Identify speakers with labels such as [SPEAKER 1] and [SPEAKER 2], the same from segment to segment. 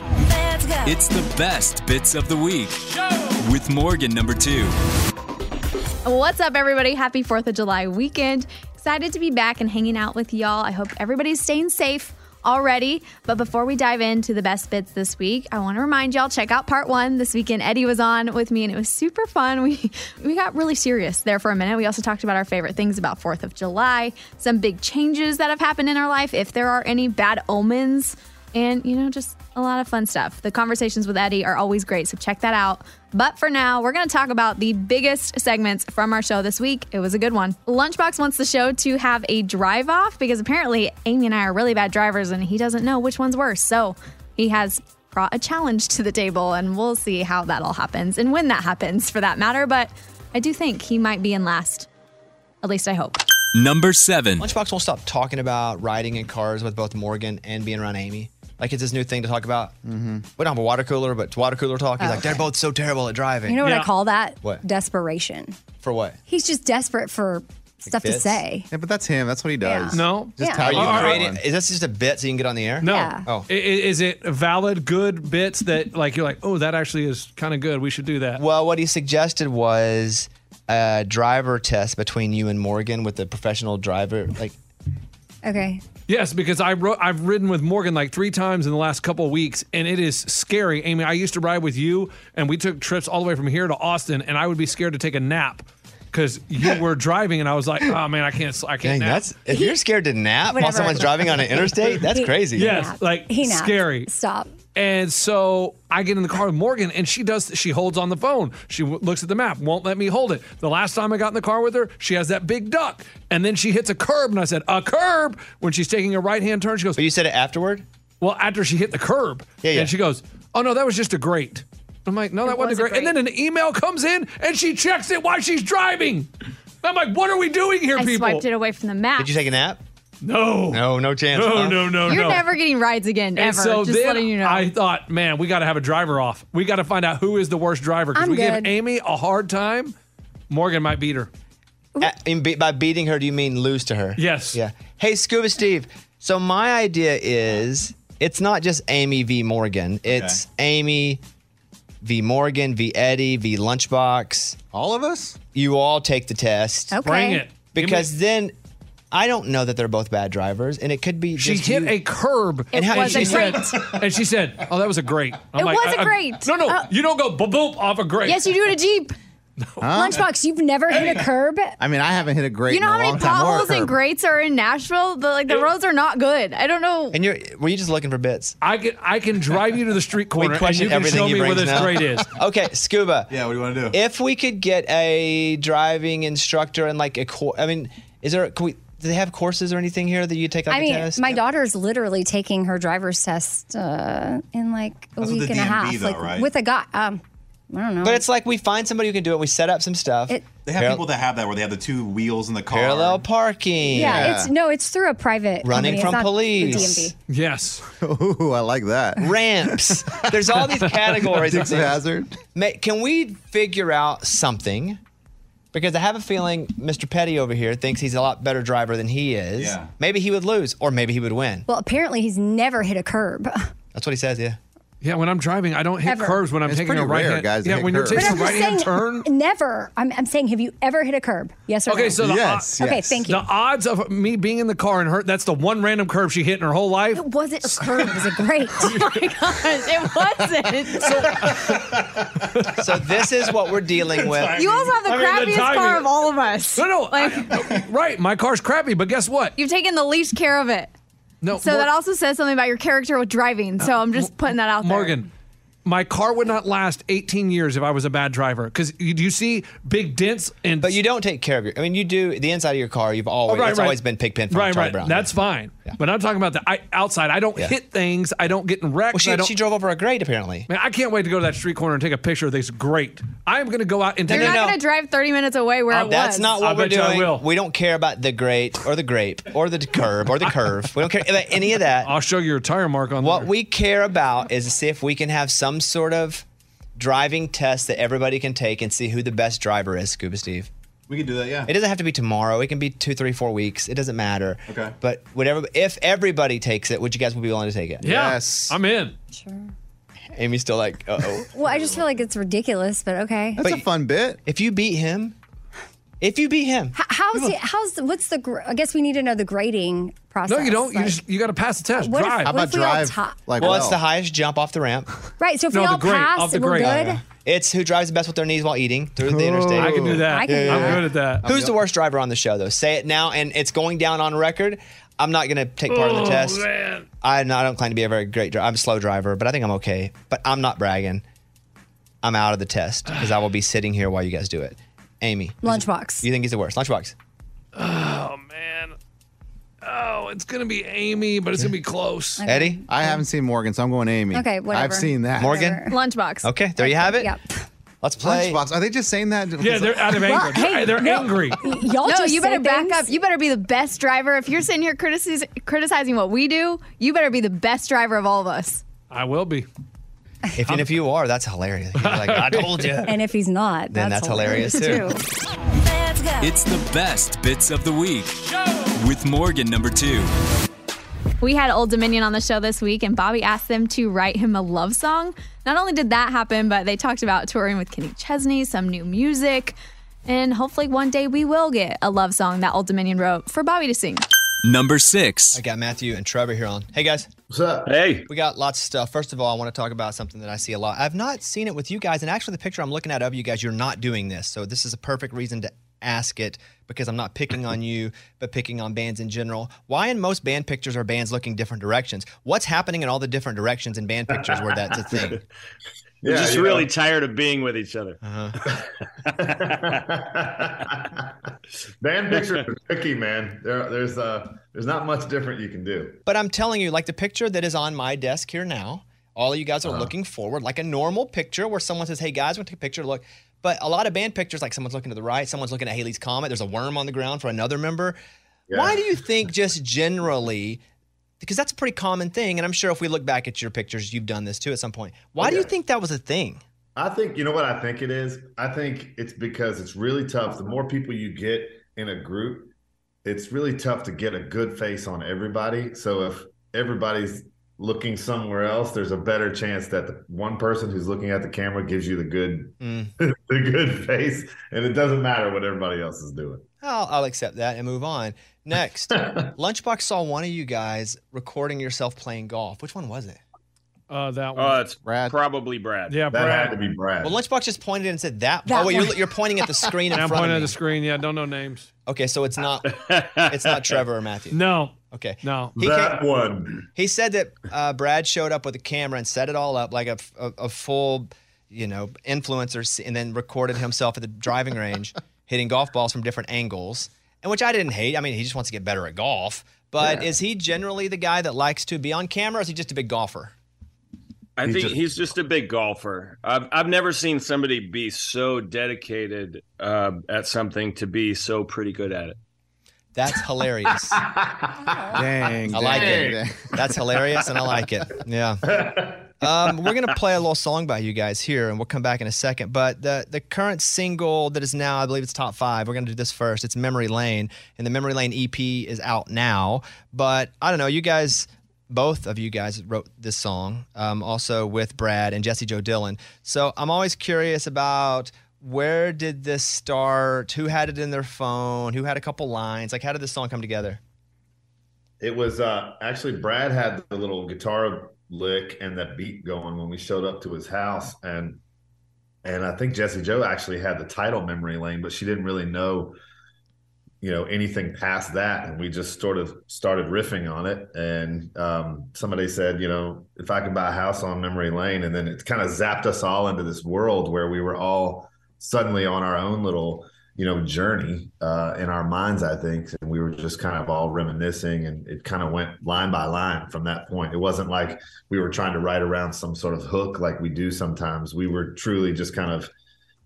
[SPEAKER 1] It's the best bits of the week with Morgan number two.
[SPEAKER 2] What's up, everybody? Happy 4th of July weekend. Excited to be back and hanging out with y'all. I hope everybody's staying safe already. But before we dive into the best bits this week, I want to remind y'all check out part one. This weekend, Eddie was on with me and it was super fun. We we got really serious there for a minute. We also talked about our favorite things about 4th of July, some big changes that have happened in our life, if there are any bad omens, and you know, just a lot of fun stuff. The conversations with Eddie are always great, so check that out. But for now, we're going to talk about the biggest segments from our show this week. It was a good one. Lunchbox wants the show to have a drive off because apparently Amy and I are really bad drivers and he doesn't know which one's worse. So he has brought a challenge to the table and we'll see how that all happens and when that happens for that matter. But I do think he might be in last. At least I hope.
[SPEAKER 1] Number seven.
[SPEAKER 3] Lunchbox won't stop talking about riding in cars with both Morgan and being around Amy. Like it's this new thing to talk about. Mm-hmm. We don't have a water cooler, but it's water cooler talk. He's
[SPEAKER 4] Oh,
[SPEAKER 3] like, they're
[SPEAKER 4] okay.
[SPEAKER 3] both so terrible at driving.
[SPEAKER 4] You know what I call that?
[SPEAKER 3] What?
[SPEAKER 4] Desperation.
[SPEAKER 3] For what?
[SPEAKER 4] He's just desperate for stuff to
[SPEAKER 3] fits?
[SPEAKER 4] say.
[SPEAKER 5] Yeah, but that's him. That's what he does.
[SPEAKER 4] Yeah.
[SPEAKER 6] No.
[SPEAKER 3] Just
[SPEAKER 4] Yeah.
[SPEAKER 3] how you
[SPEAKER 6] All right.
[SPEAKER 3] creating? Is this just a bit so you can get on the air?
[SPEAKER 6] No.
[SPEAKER 4] Yeah.
[SPEAKER 3] Oh.
[SPEAKER 6] I- i- Is it valid, good bits that like you're like, oh, that actually is kind of good. We should do that.
[SPEAKER 3] Well, what he suggested was a driver test between you and Morgan with a professional driver. Like,
[SPEAKER 4] Okay.
[SPEAKER 6] Yes, because I wrote, I've ridden with Morgan like three times in the last couple of weeks, and it is scary. Amy, I used to ride with you, and we took trips all the way from here to Austin, and I would be scared to take a nap because you were driving, and I was like, oh man, I can't, s- I
[SPEAKER 3] dang,
[SPEAKER 6] can't nap.
[SPEAKER 3] that's if you're scared to nap while
[SPEAKER 4] Whatever.
[SPEAKER 3] someone's driving on an interstate, that's crazy.
[SPEAKER 6] Yes,
[SPEAKER 4] Nap.
[SPEAKER 6] like
[SPEAKER 4] he napped.
[SPEAKER 6] scary.
[SPEAKER 4] Stop.
[SPEAKER 6] And so I get in the car with Morgan, and she does. She holds on the phone. She w- looks at the map, won't let me hold it. The last time I got in the car with her, she has that big duck, and then she hits a curb, and I said, "A curb!" When she's taking a right-hand turn, she goes,
[SPEAKER 3] But you said it afterward.
[SPEAKER 6] "Well, after she hit the curb,"
[SPEAKER 3] Yeah, yeah.
[SPEAKER 6] and she goes, "Oh no, that was just a grate." I'm like, "No, that wasn't
[SPEAKER 2] was
[SPEAKER 6] a
[SPEAKER 2] a
[SPEAKER 6] grate." And then
[SPEAKER 2] grate.
[SPEAKER 6] an email comes in, and she checks it while she's driving. I'm like, "What are we doing here,
[SPEAKER 2] I
[SPEAKER 6] people?"
[SPEAKER 2] swiped it away from the map.
[SPEAKER 3] Did you take a nap?
[SPEAKER 6] no,
[SPEAKER 3] No, no chance.
[SPEAKER 6] no,
[SPEAKER 3] huh?
[SPEAKER 6] no, no.
[SPEAKER 2] You're
[SPEAKER 6] no.
[SPEAKER 2] never getting rides again,
[SPEAKER 6] And
[SPEAKER 2] ever.
[SPEAKER 6] so
[SPEAKER 2] Just
[SPEAKER 6] then
[SPEAKER 2] letting you know.
[SPEAKER 6] I thought, man, we got to have a driver off. We got to find out who is the worst driver because
[SPEAKER 4] I'm
[SPEAKER 6] we give
[SPEAKER 4] good.
[SPEAKER 6] Amy a hard time. Morgan might beat her.
[SPEAKER 3] Uh, in be- by beating her, do you mean lose to her?
[SPEAKER 6] Yes.
[SPEAKER 3] Yeah. Hey, Scuba Steve. So my idea is it's not just Amy v. Morgan. It's Amy v. Morgan v. Eddie v. Lunchbox.
[SPEAKER 5] All of us?
[SPEAKER 3] You all take the test
[SPEAKER 4] Okay.
[SPEAKER 6] Bring it. Give me-
[SPEAKER 3] because then I don't know that they're both bad drivers, and it could be
[SPEAKER 6] she
[SPEAKER 3] just
[SPEAKER 6] hit
[SPEAKER 3] you.
[SPEAKER 6] a curb.
[SPEAKER 2] it
[SPEAKER 3] how did
[SPEAKER 2] was
[SPEAKER 3] she
[SPEAKER 2] a
[SPEAKER 3] say-
[SPEAKER 2] great.
[SPEAKER 6] and she said, "Oh, that was a great." I'm
[SPEAKER 2] It
[SPEAKER 6] like,
[SPEAKER 2] was a
[SPEAKER 6] I- I-
[SPEAKER 2] grate.
[SPEAKER 6] No, no,
[SPEAKER 2] Uh,
[SPEAKER 6] you don't go boop boop off a grate.
[SPEAKER 2] Yes, you do it a Jeep.
[SPEAKER 4] Lunchbox, you've never hit a curb?
[SPEAKER 5] I mean, I haven't hit a great.
[SPEAKER 2] You know
[SPEAKER 5] in a
[SPEAKER 2] how many
[SPEAKER 5] long time, or a
[SPEAKER 2] potholes and
[SPEAKER 5] curb.
[SPEAKER 2] grates are in Nashville? The, like the roads are not good. I don't know.
[SPEAKER 3] and you're were you just looking for bits?
[SPEAKER 6] I can I can drive you to the street
[SPEAKER 3] We
[SPEAKER 6] corner and
[SPEAKER 3] question
[SPEAKER 6] you can
[SPEAKER 3] everything
[SPEAKER 6] show
[SPEAKER 3] you
[SPEAKER 6] me where
[SPEAKER 3] brings
[SPEAKER 6] this
[SPEAKER 3] now.
[SPEAKER 6] grate is.
[SPEAKER 3] okay, Scuba.
[SPEAKER 5] Yeah, what do you want to do?
[SPEAKER 3] If we could get a driving instructor and like a course, I mean, is there? Can we, do they have courses or anything here that you take like
[SPEAKER 4] I
[SPEAKER 3] a
[SPEAKER 4] mean,
[SPEAKER 3] test?
[SPEAKER 4] my daughter's literally taking her driver's test uh, in like a
[SPEAKER 5] That's with
[SPEAKER 4] week
[SPEAKER 5] the
[SPEAKER 4] and a
[SPEAKER 5] DMV
[SPEAKER 4] half,
[SPEAKER 5] though,
[SPEAKER 4] like
[SPEAKER 5] right?
[SPEAKER 4] with a guy. Um, I don't know.
[SPEAKER 3] But it's like we find somebody who can do it. We set up some stuff.
[SPEAKER 7] They have people that have that where they have the two wheels in the car.
[SPEAKER 3] parallel parking.
[SPEAKER 4] yeah, it's no, it's through a private
[SPEAKER 3] Running
[SPEAKER 4] company. It's
[SPEAKER 3] from
[SPEAKER 4] not the
[SPEAKER 3] police.
[SPEAKER 4] DMV.
[SPEAKER 6] Yes.
[SPEAKER 5] Ooh, I like that.
[SPEAKER 3] Ramps. There's all these categories. of
[SPEAKER 5] Dukes of
[SPEAKER 3] things.
[SPEAKER 5] Hazard.
[SPEAKER 3] Ma- Can we figure out something? Because I have a feeling Mr. Petty over here thinks he's a lot better driver than he is.
[SPEAKER 7] Yeah.
[SPEAKER 3] Maybe he would lose, or maybe he would win.
[SPEAKER 4] Well, apparently he's never hit a curb.
[SPEAKER 3] That's what he says. Yeah.
[SPEAKER 6] Yeah, when I'm driving, I don't hit
[SPEAKER 4] Ever.
[SPEAKER 6] curves when I'm
[SPEAKER 5] It's
[SPEAKER 6] taking a
[SPEAKER 5] pretty
[SPEAKER 6] right
[SPEAKER 5] rare,
[SPEAKER 6] hand.
[SPEAKER 5] guys, to
[SPEAKER 6] yeah,
[SPEAKER 5] hit
[SPEAKER 6] when you're
[SPEAKER 5] curves.
[SPEAKER 6] taking a
[SPEAKER 4] I'm just
[SPEAKER 6] right hand
[SPEAKER 4] saying,
[SPEAKER 6] turn.
[SPEAKER 4] Never. I'm, I'm saying, have you ever hit a curb? Yes or
[SPEAKER 6] Okay,
[SPEAKER 4] no?
[SPEAKER 6] so the, o-
[SPEAKER 5] Yes,
[SPEAKER 4] Okay,
[SPEAKER 5] yes.
[SPEAKER 4] thank you.
[SPEAKER 6] the odds of me being in the car and her that's the one random curve she hit in her whole life.
[SPEAKER 4] It wasn't a curb. It was a great.
[SPEAKER 8] it wasn't.
[SPEAKER 3] So this is what we're dealing with.
[SPEAKER 7] You
[SPEAKER 8] also have the
[SPEAKER 6] I mean, the
[SPEAKER 8] crappiest car
[SPEAKER 6] timing-
[SPEAKER 8] of all of us.
[SPEAKER 6] No, no, I- right. My car's crappy, but guess what?
[SPEAKER 2] You've taken the least care of it.
[SPEAKER 6] No,
[SPEAKER 2] So
[SPEAKER 6] Mor-
[SPEAKER 2] that also says something about your character with driving. So I'm just putting that out there.
[SPEAKER 6] Morgan. My car would not last 18 years if I was a bad driver because you, you see big dents and Oh,
[SPEAKER 3] But you don't take care of your. I mean, you do the inside of your car. You've always it's always been pigpen from
[SPEAKER 6] right,
[SPEAKER 3] Charlie
[SPEAKER 6] right.
[SPEAKER 3] Brown.
[SPEAKER 6] That's fine. But I'm talking about the I, outside. I don't
[SPEAKER 3] Yeah.
[SPEAKER 6] hit things. I don't get in wrecks.
[SPEAKER 3] Well, she,
[SPEAKER 6] I don't,
[SPEAKER 3] she drove over a grate apparently.
[SPEAKER 6] Man, I can't wait to go to that street corner and take a picture of this. Great. I am going to go out and
[SPEAKER 2] You're
[SPEAKER 6] take
[SPEAKER 3] No,
[SPEAKER 2] not
[SPEAKER 3] no, no.
[SPEAKER 2] going to drive 30 minutes away where it
[SPEAKER 3] That's
[SPEAKER 2] was.
[SPEAKER 3] not what
[SPEAKER 6] I
[SPEAKER 3] we're
[SPEAKER 6] bet you I
[SPEAKER 3] doing.
[SPEAKER 6] will.
[SPEAKER 3] We don't care about the grate or the grape or the curb or the curve. We don't care about any of that.
[SPEAKER 6] I'll show you your tire mark on
[SPEAKER 3] What
[SPEAKER 6] there.
[SPEAKER 3] we care about is to see if we can have some sort of driving test that everybody can take and see who the best driver is, Scuba Steve.
[SPEAKER 7] We could do that, yeah.
[SPEAKER 3] It doesn't have to be tomorrow. It can be two, three, four weeks. It doesn't matter.
[SPEAKER 7] Okay.
[SPEAKER 3] But whatever, if everybody takes it, would you guys be willing to take it?
[SPEAKER 6] Yeah,
[SPEAKER 5] Yes.
[SPEAKER 6] I'm in.
[SPEAKER 3] Amy's still like, uh oh.
[SPEAKER 4] well, I just feel like it's ridiculous, but okay.
[SPEAKER 5] That's a fun bit.
[SPEAKER 3] if you beat him, if you beat him,
[SPEAKER 4] H- How's it? How's the, what's the? gr- I guess we need to know the grading process.
[SPEAKER 6] No, you don't. You
[SPEAKER 4] Like,
[SPEAKER 6] just you got to pass the test.
[SPEAKER 4] what if-
[SPEAKER 6] Drive.
[SPEAKER 5] How
[SPEAKER 4] What
[SPEAKER 5] about
[SPEAKER 4] if we all
[SPEAKER 5] drive?
[SPEAKER 4] top?
[SPEAKER 5] Like,
[SPEAKER 3] well,
[SPEAKER 5] well,
[SPEAKER 3] it's the highest jump off the ramp.
[SPEAKER 4] right. So if
[SPEAKER 6] No,
[SPEAKER 4] we
[SPEAKER 6] the
[SPEAKER 4] all
[SPEAKER 6] grade, off
[SPEAKER 4] pass,
[SPEAKER 6] the
[SPEAKER 4] and we're
[SPEAKER 6] grade.
[SPEAKER 4] good.
[SPEAKER 6] Oh,
[SPEAKER 3] It's who drives the best with their knees while eating through the interstate.
[SPEAKER 6] I can do that.
[SPEAKER 4] I can do
[SPEAKER 6] I'm
[SPEAKER 4] that.
[SPEAKER 6] good at that.
[SPEAKER 3] Who's the worst driver on the show, though? Say it now, and it's going down on record. I'm not going to take part in the test.
[SPEAKER 6] Oh, man.
[SPEAKER 3] I, I don't claim to be a very great driver. I'm a slow driver, but I think I'm okay. But I'm not bragging. I'm out of the test because I will be sitting here while you guys do it. Amy,
[SPEAKER 4] Lunchbox.
[SPEAKER 3] you think he's the worst? Lunchbox.
[SPEAKER 6] Oh man. Oh, it's gonna be Amy, but it's gonna be close.
[SPEAKER 3] Eddie?
[SPEAKER 5] I haven't seen Morgan, so I'm going Amy.
[SPEAKER 4] Okay, whatever.
[SPEAKER 5] I've seen that.
[SPEAKER 3] Morgan?
[SPEAKER 4] Whatever.
[SPEAKER 2] Lunchbox.
[SPEAKER 3] Okay, there you have it.
[SPEAKER 4] Yep.
[SPEAKER 3] Let's play.
[SPEAKER 5] Lunchbox. Are they just saying that?
[SPEAKER 6] Yeah, they're out of anger.
[SPEAKER 4] Well, hey,
[SPEAKER 6] they're
[SPEAKER 4] no.
[SPEAKER 6] angry.
[SPEAKER 4] Y- Y'all
[SPEAKER 2] No,
[SPEAKER 4] just
[SPEAKER 2] you
[SPEAKER 4] say
[SPEAKER 2] better back
[SPEAKER 4] things.
[SPEAKER 2] up. You better be the best driver. If you're sitting here criticis- criticizing what we do, you better be the best driver of all of us.
[SPEAKER 6] I will be.
[SPEAKER 3] If, and if you are, that's hilarious. You're like, I told you.
[SPEAKER 4] and if he's not,
[SPEAKER 3] Then that's hilarious,
[SPEAKER 4] too.
[SPEAKER 1] It's the best bits of the week with Morgan number two.
[SPEAKER 2] We had Old Dominion on the show this week, and Bobby asked them to write him a love song. Not only did that happen, but they talked about touring with Kenny Chesney, some new music, and hopefully one day we will get a love song that Old Dominion wrote for Bobby to sing.
[SPEAKER 1] Number six.
[SPEAKER 3] I got Matthew and Trevor here on. Hey, guys.
[SPEAKER 9] Hey,
[SPEAKER 3] We got lots of stuff. First of all, I want to talk about something that I see a lot. I've not seen it with you guys, and actually, the picture I'm looking at of you guys, you're not doing this. So this is a perfect reason to ask it because I'm not picking on you, but picking on bands in general. Why in most band pictures are bands looking different directions? What's happening in all the different directions in band pictures where that's a thing?
[SPEAKER 9] we're
[SPEAKER 7] Yeah,
[SPEAKER 9] just
[SPEAKER 7] you
[SPEAKER 9] really
[SPEAKER 7] know.
[SPEAKER 9] tired of being with each other.
[SPEAKER 3] Uh-huh.
[SPEAKER 7] Band pictures are tricky, man. There, there's uh, there's not much different you can do.
[SPEAKER 3] But I'm telling you, like the picture that is on my desk here now, all of you guys are
[SPEAKER 7] Uh-huh.
[SPEAKER 3] looking forward, like a normal picture where someone says, Hey guys, we're gonna take a picture, look. But a lot of band pictures, like someone's looking to the right, someone's looking at Haley's Comet, there's a worm on the ground for another member. Why do you think, just generally, because that's a pretty common thing, and I'm sure if we look back at your pictures, you've done this too at some point. Why do you
[SPEAKER 7] Okay.
[SPEAKER 3] think that was a thing?
[SPEAKER 7] I think you know what I think it is. I think it's because it's really tough. The more people you get in a group, it's really tough to get a good face on everybody. So if everybody's looking somewhere else, there's a better chance that the one person who's looking at the camera gives you the good
[SPEAKER 3] Mm.
[SPEAKER 7] the good face, and it doesn't matter what everybody else is doing.
[SPEAKER 3] I'll, I'll accept that and move on. Next, Lunchbox saw one of you guys recording yourself playing golf. Which one was it?
[SPEAKER 6] Uh, that one.
[SPEAKER 9] Oh, it's
[SPEAKER 5] Brad.
[SPEAKER 9] probably Brad.
[SPEAKER 6] yeah,
[SPEAKER 7] That had to
[SPEAKER 6] Brad.
[SPEAKER 7] be Brad.
[SPEAKER 3] Well, Lunchbox just pointed and said that.
[SPEAKER 4] That
[SPEAKER 3] oh, wait, you're,
[SPEAKER 4] one.
[SPEAKER 3] you're pointing at the screen in
[SPEAKER 6] Yeah, I'm
[SPEAKER 3] front
[SPEAKER 6] pointing
[SPEAKER 3] of
[SPEAKER 6] at
[SPEAKER 3] me.
[SPEAKER 6] the screen. Yeah, don't know names.
[SPEAKER 3] Okay, so it's not it's not Trevor or Matthew.
[SPEAKER 6] No,
[SPEAKER 3] Okay.
[SPEAKER 6] no.
[SPEAKER 3] He,
[SPEAKER 7] that
[SPEAKER 3] came-
[SPEAKER 7] one.
[SPEAKER 3] he said that uh, Brad showed up with a camera and set it all up like a, f- a- a full, you know, influencer, s- and then recorded himself at the driving range hitting golf balls from different angles, and which I didn't hate. I mean, he just wants to get better at golf. But is he generally the guy that likes to be on camera? Or is he just a big golfer?
[SPEAKER 9] I
[SPEAKER 7] He
[SPEAKER 9] think
[SPEAKER 7] just-
[SPEAKER 9] he's just a big golfer. I've I've never seen somebody be so dedicated uh, at something to be so pretty good at it.
[SPEAKER 3] That's hilarious.
[SPEAKER 5] Dang.
[SPEAKER 3] I like
[SPEAKER 9] dang,
[SPEAKER 3] it.
[SPEAKER 9] dang.
[SPEAKER 3] That's hilarious, and I like it. Yeah. Um, we're gonna play a little song by you guys here, and we'll come back in a second. But the the current single that is now, I believe it's top five. We're gonna do this first. It's Memory Lane, and the Memory Lane EP is out now. But I don't know, you guys. Both of you guys wrote this song, um, also with Brad and Jesse Joe Dillon. So I'm always curious about where did this start? Who had it in their phone? Who had a couple lines? Like, how did this song come together?
[SPEAKER 7] It was uh, actually Brad had the little guitar lick and that beat going when we showed up to his house, and and I think Jesse Joe actually had the title memory lane, but she didn't really know, you know, anything past that, and we just sort of started riffing on it. And um, somebody said, you know, if I could buy a house on memory lane, and then it kind of zapped us all into this world where we were all suddenly on our own little you know journey uh, in our minds i think and we were just kind of all reminiscing and it kind of went line by line from that point it wasn't like we were trying to write around some sort of hook like we do sometimes we were truly just kind of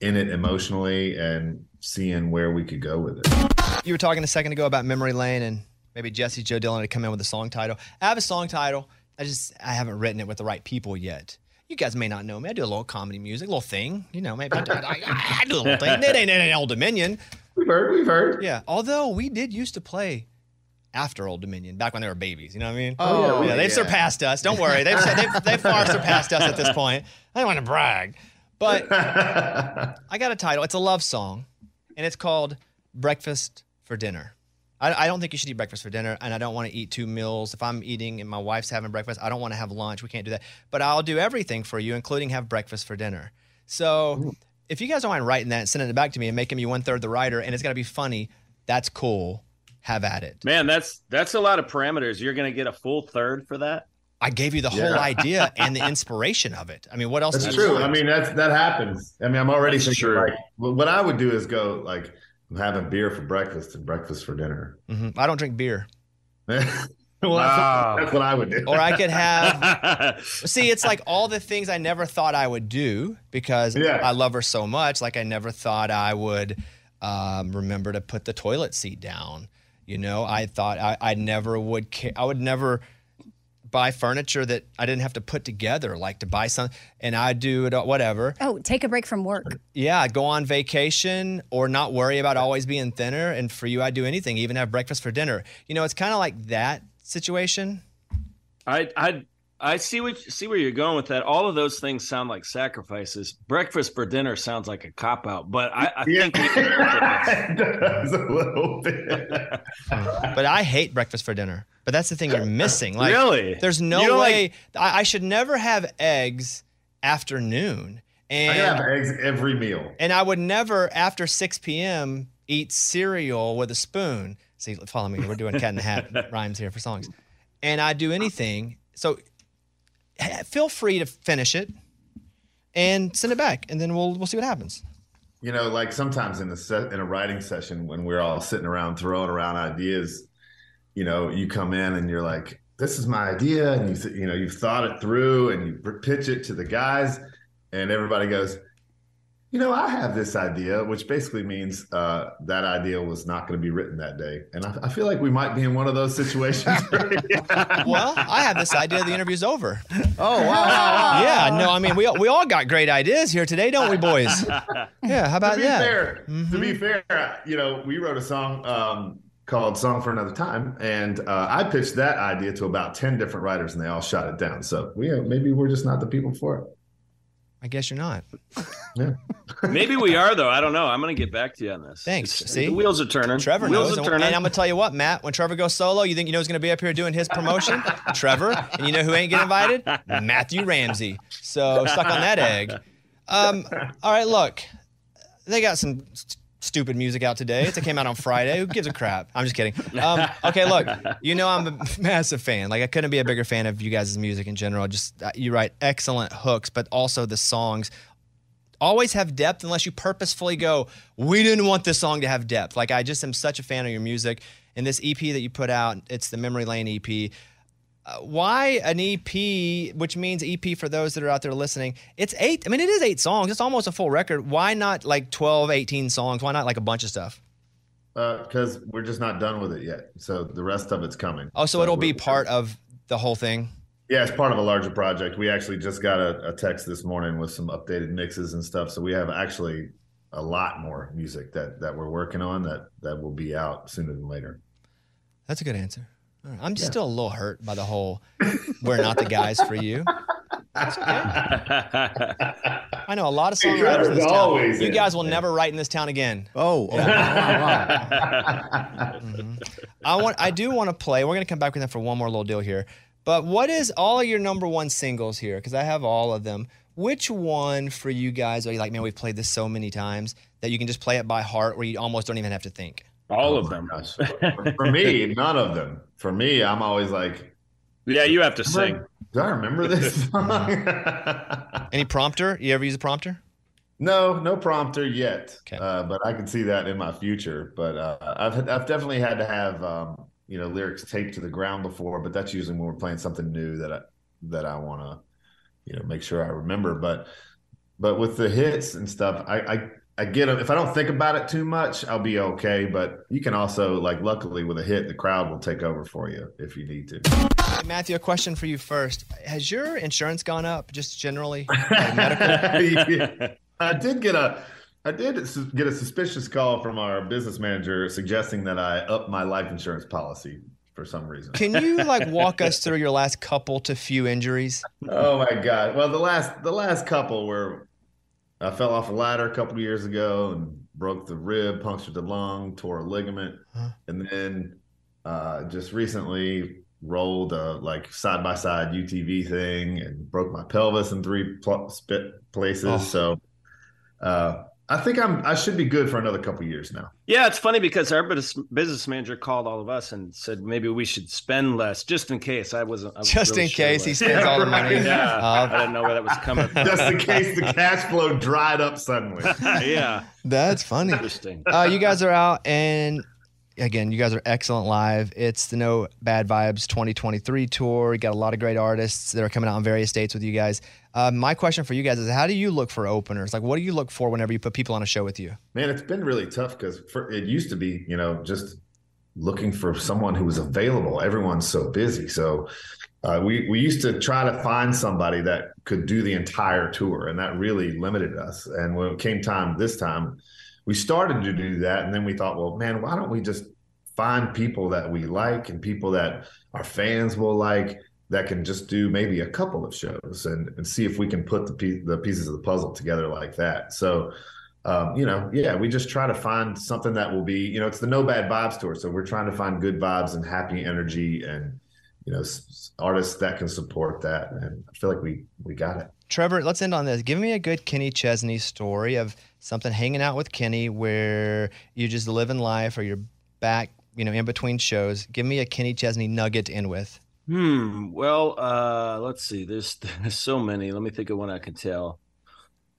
[SPEAKER 7] in it emotionally and seeing where we could go with it
[SPEAKER 3] You were talking a second ago about memory lane and maybe Jesse Joe Dillon to come in with a song title. I have a song title. I just I haven't written it with the right people yet. You guys may not know me. I do a little comedy music, a little thing. You know, maybe I, I- I- I do a little thing. It ain't an Old Dominion.
[SPEAKER 7] We've heard. We've heard.
[SPEAKER 3] Yeah. Although we did used to play after Old Dominion back when they were babies. You know what I mean?
[SPEAKER 10] Oh, yeah, we-
[SPEAKER 3] yeah. They've
[SPEAKER 10] yeah.
[SPEAKER 3] surpassed us. Don't worry. They've, they've, they've far surpassed us at this point. I don't want to brag, but I got a title. It's a love song, and it's called Breakfast for Dinner. I, I don't think you should eat breakfast for dinner, and I don't want to eat two meals. If I'm eating and my wife's having breakfast, I don't want to have lunch. We can't do that. But I'll do everything for you, including have breakfast for dinner. So if you guys don't mind writing that and sending it back to me and making me one third the writer, and it's got to be funny, that's cool. Have at it.
[SPEAKER 9] Man, that's that's a lot of parameters. You're going to get a full third for that.
[SPEAKER 3] I gave you the whole
[SPEAKER 9] Yeah.
[SPEAKER 3] idea and the inspiration of it. I mean, what else?
[SPEAKER 7] That's
[SPEAKER 3] do you
[SPEAKER 7] true.
[SPEAKER 3] want?
[SPEAKER 7] I mean, that's that happens. I mean, I'm already
[SPEAKER 9] That's
[SPEAKER 7] thinking,
[SPEAKER 9] true.
[SPEAKER 7] like, wh- what I would do is go like, I'm having beer for breakfast and breakfast for dinner.
[SPEAKER 3] Mhm. I don't drink beer.
[SPEAKER 7] well,
[SPEAKER 9] Wow.
[SPEAKER 7] that's, that's what I would do.
[SPEAKER 3] Or I could have. see, it's like all the things I never thought I would do because
[SPEAKER 7] Yeah.
[SPEAKER 3] I love her so much. Like I never thought I would um, remember to put the toilet seat down. You know, I thought I, I never would. Ca- I would never buy furniture that I didn't have to put together, like to buy some. And I do it all- whatever.
[SPEAKER 4] Oh, take a break from work.
[SPEAKER 3] Yeah, go on vacation or not worry about always being thinner. And for you, I do anything, even have breakfast for dinner. You know, it's kind of like that situation.
[SPEAKER 9] I I I see what see where you're going with that. All of those things sound like sacrifices. Breakfast for dinner sounds like a cop out, but I, I think we can work with it.
[SPEAKER 7] a little bit.
[SPEAKER 3] but I hate breakfast for dinner. But that's the thing you're missing. Like,
[SPEAKER 9] Really?
[SPEAKER 3] There's
[SPEAKER 9] You
[SPEAKER 3] no
[SPEAKER 9] don't
[SPEAKER 3] way. I, I should never have eggs after noon. And
[SPEAKER 7] I could have eggs every meal.
[SPEAKER 3] And I would never, after 6 p.m., eat cereal with a spoon. See, follow me. We're doing cat in the hat rhymes here for songs. And I do anything. So h- feel free to finish it and send it back, and then we'll we'll see what happens.
[SPEAKER 7] you know like sometimes in the set in a writing session when we're all sitting around throwing around ideas you know you come in and you're like this is my idea and you th- you know you've thought it through and you pr- pitch it to the guys and everybody goes you know i have this idea which basically means uh, that idea was not going to be written that day and I, I feel like we might be in one of those situations
[SPEAKER 3] well i have this idea the interview's over
[SPEAKER 5] Oh, wow.
[SPEAKER 3] yeah, no, I mean, we, all- we all got great ideas here today, don't we, boys? Yeah, how about
[SPEAKER 7] to be
[SPEAKER 3] that? Mm-hmm.
[SPEAKER 7] Fair, To be fair, you know, we wrote a song um, called "Song for Another Time," and uh, I pitched that idea to about ten different writers, and they all shot it down. So we maybe we're just not the people for it.
[SPEAKER 3] I guess you're not.
[SPEAKER 9] Maybe we are though. I don't know. I'm going to get back to you on this.
[SPEAKER 3] Thanks.
[SPEAKER 9] It's-
[SPEAKER 3] See?
[SPEAKER 9] the wheels are turning.
[SPEAKER 3] Trevor
[SPEAKER 9] wheels
[SPEAKER 3] knows.
[SPEAKER 9] are
[SPEAKER 3] And,
[SPEAKER 9] turning.
[SPEAKER 3] and I'm going to tell you what, Matt, when Trevor goes solo, you think you know who's going to be up here doing his promotion? Trevor. And you know who ain't getting invited? Matthew Ramsey. So suck on that egg. Um, all right, look, they got some st- stupid music out today. It came out on Friday. Who gives a crap? I'm just kidding. Um, okay, look, you know I'm a massive fan. Like I couldn't be a bigger fan of you guys' music in general. Just uh, you write excellent hooks, but also the songs always have depth unless you purposefully go, we didn't want this song to have depth. E Like I just am such a fan of your music. And this EP that you put out, it's the Memory Lane EP. uh, why an EP, which means EP for those that are out there listening, it's eight. I mean, it is eight songs. It's almost a full record. Why not like 12, 18 songs? Why not like a bunch of stuff?
[SPEAKER 7] because uh, we're just not done with it yet. So the rest of it's coming.
[SPEAKER 3] Oh, so, it'll be
[SPEAKER 7] we're-
[SPEAKER 3] part of the whole thing.
[SPEAKER 7] Yeah, it's part of a larger project. We actually just got a, a text this morning with some updated mixes and stuff. So we have actually a lot more music that that we're working on that that will be out sooner than later.
[SPEAKER 3] That's a good answer. All right. I'm just still a little hurt by the whole "we're not the guys for you." That's okay. I know a lot of
[SPEAKER 7] Hey,
[SPEAKER 3] songwriters in
[SPEAKER 7] Trevor's
[SPEAKER 3] this town.
[SPEAKER 7] always
[SPEAKER 3] You
[SPEAKER 7] in.
[SPEAKER 3] guys will never write in this town again.
[SPEAKER 10] Oh,
[SPEAKER 3] I want. I do want to play. We're gonna come back with that for one more little deal here. But what is all of your number one singles here? Because I have all of them. Which one for you guys are you like? Man, we've played this so many times that you can just play it by heart, where you almost don't even have to think.
[SPEAKER 9] All of them.
[SPEAKER 7] For, for me, none of them. For me, I'm always like,
[SPEAKER 9] yeah, you have to
[SPEAKER 3] sing.
[SPEAKER 7] Do I remember this?
[SPEAKER 3] Any prompter? You ever use a prompter?
[SPEAKER 7] No, no prompter yet. Uh, but I can see that in my future. But uh, I've I've definitely had to have um, you know lyrics taped to the ground before. But that's usually when we're playing something new that I that I want to you know make sure I remember. But but with the hits and stuff, I. I I get them. If I don't think about it too much, I'll be okay. But you can also, like, luckily with a hit, the crowd will take over for you if you need to.
[SPEAKER 3] Hey, Matthew, a question for you first. Has your insurance gone up just generally?
[SPEAKER 7] I did get a I did su- get a suspicious call from our business manager suggesting that I up my life insurance policy for some reason.
[SPEAKER 3] Can you like walk us through your last couple to few injuries?
[SPEAKER 7] Oh my god. Well, the last the last couple were I fell off a ladder a couple of years ago and broke the rib, punctured the lung, tore a ligament, and then uh, just recently rolled a like side by side UTV thing and broke my pelvis in three pl- spit places.
[SPEAKER 9] Oh.
[SPEAKER 7] So uh, I think I'm I should be good for another couple of years now.
[SPEAKER 9] Yeah, it's funny because our business business manager called all of us and said maybe we should spend less just in case. I wasn't I was
[SPEAKER 3] Just
[SPEAKER 9] really
[SPEAKER 3] in
[SPEAKER 9] sure
[SPEAKER 3] case
[SPEAKER 9] what-
[SPEAKER 3] he spends all the money.
[SPEAKER 9] Yeah,
[SPEAKER 3] Uh,
[SPEAKER 9] I didn't know where that was coming. from.
[SPEAKER 7] Just in case the cash flow dried up suddenly.
[SPEAKER 9] yeah.
[SPEAKER 3] That's funny.
[SPEAKER 9] Interesting.
[SPEAKER 3] Uh, you guys are out, and again, you guys are excellent live. It's the No Bad Vibes 2023 tour. You got a lot of great artists that are coming out in various states with you guys. Uh, my question for you guys is how do you look for openers? Like, what do you look for whenever you put people on a show with you?
[SPEAKER 7] Man, it's been really tough because it used to be, you know, just looking for someone who was available. Everyone's so busy. So uh, we we used to try to find somebody that could do the entire tour, and that really limited us. And when it came time this time, we started to do that, and then we thought, well, man, why don't we just find people that we like and people that our fans will like that can just do maybe a couple of shows and, and see if we can put the pie- the pieces of the puzzle together like that. So um, you know, yeah, we just try to find something that will be, you know, it's the No Bad Vibes tour. So we're trying to find good vibes and happy energy and, you know, s- s- artists that can support that. And I feel like we we got it.
[SPEAKER 3] Trevor, let's end on this. Give me a good Kenny Chesney story of something hanging out with Kenny where you're just living life or you're back, you know, in between shows. Give me a Kenny Chesney nugget to end with.
[SPEAKER 9] Hmm. Well, uh, let's see. There's there's so many. Let me think of one I can tell.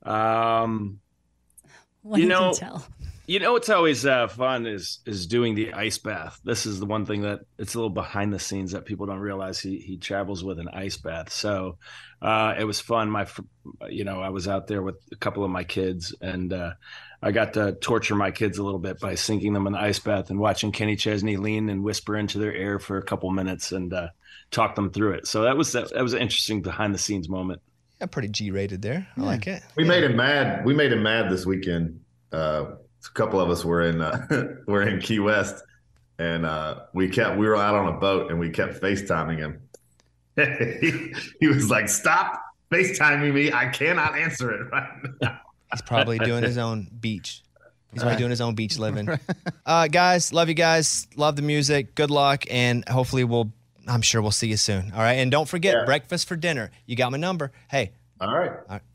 [SPEAKER 9] Um,
[SPEAKER 11] One
[SPEAKER 9] you
[SPEAKER 11] you
[SPEAKER 9] know,
[SPEAKER 11] can tell.
[SPEAKER 9] you know, it's always uh, fun is is doing the ice bath. This is the one thing that it's a little behind the scenes that people don't realize. He he travels with an ice bath, so uh, it was fun. My, fr- you know, I was out there with a couple of my kids, and uh, I got to torture my kids a little bit by sinking them in the ice bath and watching Kenny Chesney lean and whisper into their ear for a couple minutes and uh, talk them through it. So that was that, that was an interesting behind the scenes moment.
[SPEAKER 3] Yeah, pretty G rated there. I like it.
[SPEAKER 7] We made him mad. We made him mad this weekend. Uh, a couple of us were in uh, were in Key West, and uh, we kept we were out on a boat and we kept FaceTiming him. he, was like, "Stop FaceTiming me! I cannot answer it right now."
[SPEAKER 3] He's probably doing his own beach. He's probably doing his own beach living. Uh, guys, love you guys. Love the music. Good luck. And hopefully, we'll, I'm sure we'll see you soon. All right. And don't forget breakfast for dinner. You got my number. Hey.
[SPEAKER 7] All right.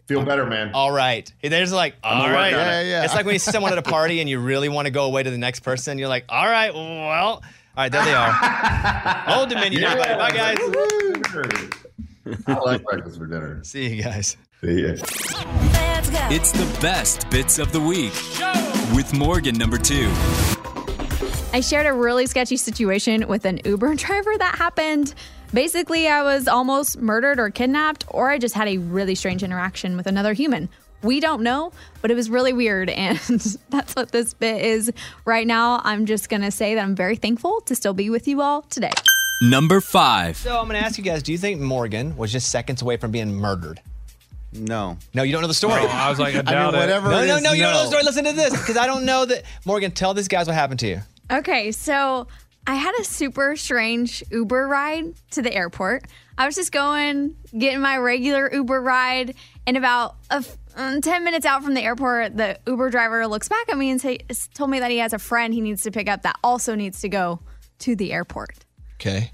[SPEAKER 7] Feel better, man.
[SPEAKER 3] All right. There's like,
[SPEAKER 7] I'm
[SPEAKER 3] all
[SPEAKER 7] gonna work
[SPEAKER 3] right.
[SPEAKER 7] on it. Yeah, yeah.
[SPEAKER 3] It's like when you see someone at a party and you really want to go away to the next person. You're like, all right, well, all right, there they are. Old Dominion, everybody. Bye, guys.
[SPEAKER 7] I like breakfast for dinner.
[SPEAKER 3] See you guys.
[SPEAKER 7] See ya.
[SPEAKER 1] It's the best bits of the week with Morgan number two.
[SPEAKER 2] I shared a really sketchy situation with an Uber driver that happened. Basically, I was almost murdered or kidnapped, or I just had a really strange interaction with another human. We don't know, but it was really weird. And that's what this bit is right now. I'm just going to say that I'm very thankful to still be with you all today.
[SPEAKER 1] Number five.
[SPEAKER 3] So I'm going to ask you guys: Do you think Morgan was just seconds away from being murdered? No. No, you don't know the story.
[SPEAKER 6] No, I was like, I I mean, doubt it. whatever
[SPEAKER 3] No,
[SPEAKER 6] it
[SPEAKER 3] no,
[SPEAKER 6] is,
[SPEAKER 3] no, you don't know
[SPEAKER 6] no.
[SPEAKER 3] the story. Listen to this, because I don't know that. Morgan, tell these guys what happened to you.
[SPEAKER 2] Okay, so I had a super strange Uber ride to the airport. I was just going, getting my regular Uber ride, and about a f- um, 10 minutes out from the airport, the Uber driver looks back at me and say, s- told me that he has a friend he needs to pick up that also needs to go to the airport.
[SPEAKER 3] Okay.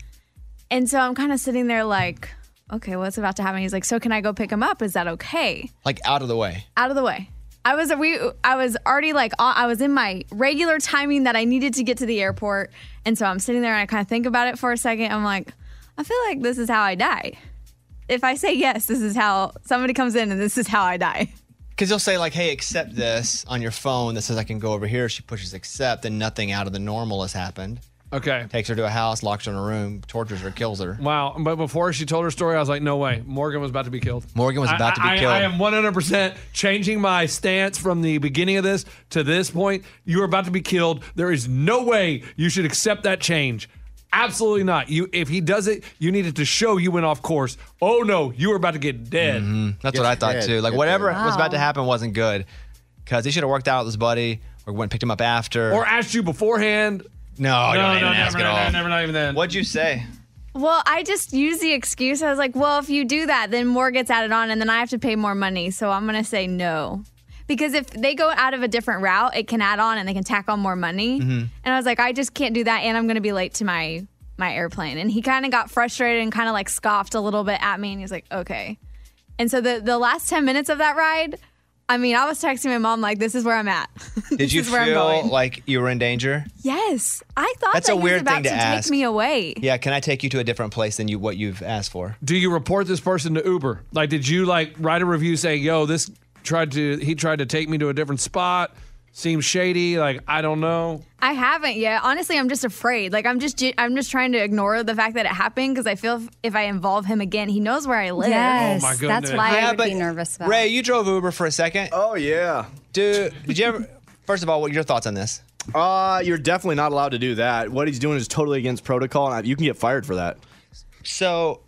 [SPEAKER 2] And so I'm kind of sitting there like, okay, what's about to happen? He's like, so can I go pick him up? Is that okay?
[SPEAKER 3] Like out of the way.
[SPEAKER 2] out of the way. I was we I was already like on- I was in my regular timing that I needed to get to the airport, and so I'm sitting there and I kind of think about it for a second. I'm like, I feel like this is how I die. If I say yes, this is how somebody comes in and this is how I die.
[SPEAKER 3] Because you'll say like, "Hey, accept this" on your phone that says I can go over here. She pushes accept, and nothing out of the normal has happened.
[SPEAKER 6] Okay.
[SPEAKER 3] Takes her to a house, locks her in a room, tortures her, kills her.
[SPEAKER 6] Wow. But before she told her story, I was like, no way. Morgan was about to be killed.
[SPEAKER 3] Morgan was
[SPEAKER 6] I-
[SPEAKER 3] about to be
[SPEAKER 6] I-
[SPEAKER 3] killed.
[SPEAKER 6] I am 100% changing my stance from the beginning of this to this point. You are about to be killed. There is no way you should accept that change. Absolutely not. You, if he does it, you needed to show you went off course. Oh no, you were about to get dead.
[SPEAKER 3] Mm-hmm. That's what I thought too. Like whatever was about to
[SPEAKER 6] happen.
[SPEAKER 3] happen wasn't good. Because he should have worked out with his buddy, or went and picked him up after,
[SPEAKER 6] Or asked you beforehand.
[SPEAKER 3] No,
[SPEAKER 6] No,
[SPEAKER 3] you don't
[SPEAKER 6] no,
[SPEAKER 3] even
[SPEAKER 6] never,
[SPEAKER 3] ask at
[SPEAKER 6] never,
[SPEAKER 3] all.
[SPEAKER 6] never, not even then.
[SPEAKER 3] What'd you say?
[SPEAKER 2] Well, I just used the excuse. I was like, well, if you do that, then more gets added on, and then I have to pay more money. So I'm gonna say no, because if they go out of a different route, it can add on and they can tack on more money.
[SPEAKER 12] Mm-hmm.
[SPEAKER 2] And I was like, I just can't do that, and I'm gonna be late to my my airplane. And he kind of got frustrated and kind of like scoffed a little bit at me, and he's like, okay. And so the the last ten minutes of that ride, I mean, I was texting my mom like, this is where I'm at.
[SPEAKER 3] Did you
[SPEAKER 2] is where I'm
[SPEAKER 3] feel
[SPEAKER 2] going.
[SPEAKER 3] like you were in danger?
[SPEAKER 2] yes, I thought
[SPEAKER 3] That's
[SPEAKER 2] that
[SPEAKER 3] a
[SPEAKER 2] he was
[SPEAKER 3] weird thing
[SPEAKER 2] about
[SPEAKER 3] to
[SPEAKER 2] to,
[SPEAKER 3] ask.
[SPEAKER 2] take me away.
[SPEAKER 3] Yeah. Can I take you to a different place than you what you've asked for?
[SPEAKER 6] Do you report this person to Uber? Like, did you like write a review saying, "Yo, this tried to he tried to take me to a different spot, seems shady." Like, I don't know.
[SPEAKER 2] I haven't yet. Honestly, I'm just afraid. Like I'm just ge- I'm just trying to ignore the fact that it happened because I feel if, if I involve him again, he knows where I live.
[SPEAKER 4] Yes, Oh, my
[SPEAKER 3] that's goodness. why I would be
[SPEAKER 2] nervous
[SPEAKER 3] Ray, you drove Uber for a second. Oh yeah. Dude, did you ever? First of all, what are your thoughts on this?
[SPEAKER 10] Uh, you're definitely not allowed to do that. What he's doing is totally against protocol, and I- you can get fired for that.
[SPEAKER 3] So,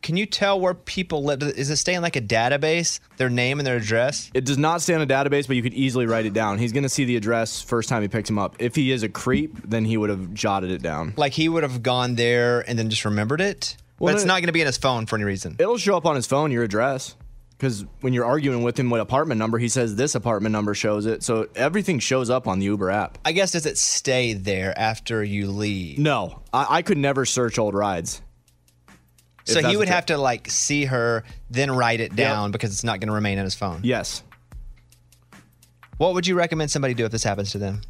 [SPEAKER 3] can you tell where people live? Is it staying like a database? Their name and their address?
[SPEAKER 10] It does not stay on a database, but you could easily write it down. He's going to see the address first time he picks him up. If he is a creep, then he would have jotted it down.
[SPEAKER 3] Like he would have gone there and then just remembered it?
[SPEAKER 10] Well,
[SPEAKER 3] but it's
[SPEAKER 10] no-
[SPEAKER 3] not going to be in his phone for any reason.
[SPEAKER 10] It'll show up on his phone, your address. Because when you're arguing with him what apartment number, he says this apartment number shows it. So everything shows up on the Uber app.
[SPEAKER 3] I guess does it stay there after you leave?
[SPEAKER 10] No, I, I could never search old rides. If
[SPEAKER 3] So
[SPEAKER 10] that's
[SPEAKER 3] he would
[SPEAKER 10] the-
[SPEAKER 3] have to like see her, then write it down because it's not going to remain in his phone.
[SPEAKER 10] Yes.
[SPEAKER 3] What would you recommend somebody do if this happens to them?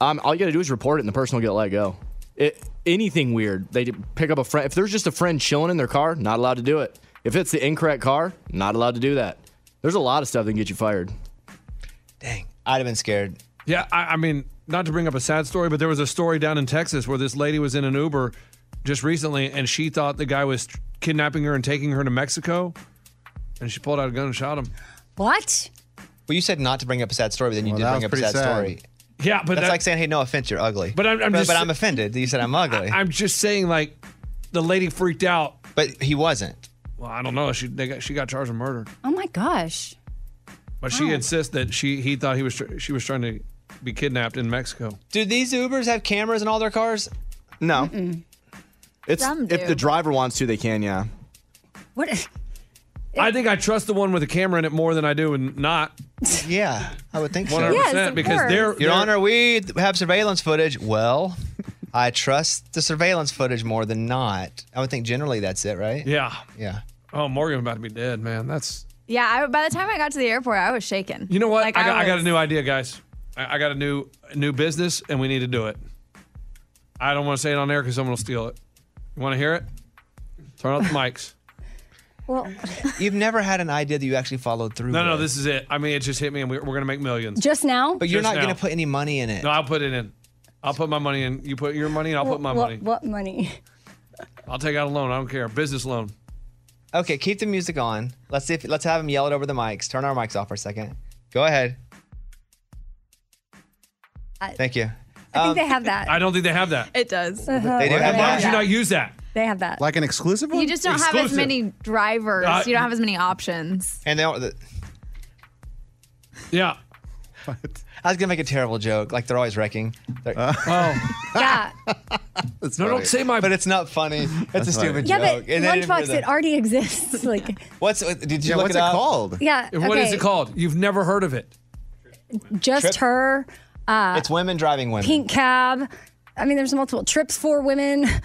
[SPEAKER 10] Um, all you got to do is report it, and the person will get let go. It, anything weird, they pick up a friend. If there's just a friend chilling in their car, not allowed to do it. If it's the incorrect car, not allowed to do that. There's a lot of stuff that can get you fired.
[SPEAKER 3] I'd have been scared.
[SPEAKER 6] Yeah, I, I mean, not to bring up a sad story, but there was a story down in Texas where this lady was in an Uber just recently, and she thought the guy was kidnapping her and taking her to Mexico, and she pulled out a gun and shot him.
[SPEAKER 4] What?
[SPEAKER 3] Well, you said not to bring up a sad story, but then you
[SPEAKER 6] Well, that
[SPEAKER 3] did bring
[SPEAKER 6] was pretty
[SPEAKER 3] up a sad,
[SPEAKER 6] sad.
[SPEAKER 3] story.
[SPEAKER 6] Yeah, but
[SPEAKER 3] that's
[SPEAKER 6] that-
[SPEAKER 3] like saying, "Hey, no offense, you're ugly."
[SPEAKER 6] But I'm- I'm
[SPEAKER 3] but,
[SPEAKER 6] just-
[SPEAKER 3] but I'm offended that you said I'm ugly.
[SPEAKER 6] I'm just saying, like, the lady freaked out.
[SPEAKER 3] But he wasn't.
[SPEAKER 6] Well, I don't know. She they got, she got charged with murder,
[SPEAKER 4] Oh my gosh.
[SPEAKER 6] but she insists that she he thought he was tr- she was trying to be kidnapped in Mexico.
[SPEAKER 3] Do these Ubers have cameras in all their cars?
[SPEAKER 10] No. It's
[SPEAKER 4] Some
[SPEAKER 10] if
[SPEAKER 4] do.
[SPEAKER 10] the driver wants to, they can. Yeah.
[SPEAKER 4] What?
[SPEAKER 6] I think I trust the one with the camera in it more than I do and not.
[SPEAKER 3] Yeah, I would think so.
[SPEAKER 6] 100% Yes, of because course. they're-
[SPEAKER 3] Your
[SPEAKER 6] they're-
[SPEAKER 3] Honor, we have surveillance footage. Well, I trust the surveillance footage more than not. I would think generally that's it, right?
[SPEAKER 6] Yeah.
[SPEAKER 3] Yeah.
[SPEAKER 6] Oh, Morgan about to be dead, man. That's
[SPEAKER 2] Yeah, I, by the time I got to the airport, I was shaken.
[SPEAKER 6] you know what?
[SPEAKER 2] Like,
[SPEAKER 6] I, got, I, got
[SPEAKER 2] was-
[SPEAKER 6] a new idea, guys. I, I got a new new business and we need to do it. I don't want to say it on air because someone will steal it. You want to hear it? Turn off the mics.
[SPEAKER 4] Well,
[SPEAKER 3] You've never had an idea that you actually followed through.
[SPEAKER 6] No, no,
[SPEAKER 3] with.
[SPEAKER 6] this is it. I mean, it just hit me, and we, we're going to make millions.
[SPEAKER 4] Just now?
[SPEAKER 3] But you're
[SPEAKER 6] Just
[SPEAKER 3] not going
[SPEAKER 6] now.
[SPEAKER 3] to put any money in it.
[SPEAKER 6] No, I'll put it in. I'll put my money in. You put your money, and I'll put my
[SPEAKER 4] what,
[SPEAKER 6] money.
[SPEAKER 4] What money?
[SPEAKER 6] I'll take out a loan. I don't care. Business loan.
[SPEAKER 3] Okay, keep the music on. Let's see if let's have him yell it over the mics. Turn our mics off for a second. Go ahead.
[SPEAKER 4] I,
[SPEAKER 3] Thank you.
[SPEAKER 4] I
[SPEAKER 3] Um,
[SPEAKER 4] think they have that.
[SPEAKER 6] I don't think they have that.
[SPEAKER 2] It does.
[SPEAKER 6] They do have Uh-huh. Why that. would you not
[SPEAKER 4] use?
[SPEAKER 6] Use that.
[SPEAKER 4] They have that.
[SPEAKER 6] Like an exclusive
[SPEAKER 2] You just don't have as many drivers.
[SPEAKER 6] Uh,
[SPEAKER 2] you don't have as many options.
[SPEAKER 3] And they don't. The,
[SPEAKER 6] yeah.
[SPEAKER 3] I was gonna make a terrible joke. Like they're always wrecking. They're-
[SPEAKER 6] oh.
[SPEAKER 4] Yeah.
[SPEAKER 3] no, don't say my. But it's not funny. It's a
[SPEAKER 4] That's
[SPEAKER 3] stupid
[SPEAKER 4] yeah,
[SPEAKER 3] joke.
[SPEAKER 4] but
[SPEAKER 3] And they didn't
[SPEAKER 4] lunchbox
[SPEAKER 3] hear
[SPEAKER 4] it
[SPEAKER 3] that.
[SPEAKER 4] already exists. Like
[SPEAKER 3] What's did you
[SPEAKER 6] Yeah,
[SPEAKER 3] look
[SPEAKER 6] what's
[SPEAKER 3] it
[SPEAKER 6] it
[SPEAKER 3] up?
[SPEAKER 6] called?
[SPEAKER 4] Yeah,
[SPEAKER 6] What is
[SPEAKER 4] okay.
[SPEAKER 6] it called? You've never heard of it.
[SPEAKER 4] just
[SPEAKER 3] Trip-
[SPEAKER 4] her. Uh,
[SPEAKER 3] It's women driving women.
[SPEAKER 4] Pink cab. I mean, there's multiple trips for women.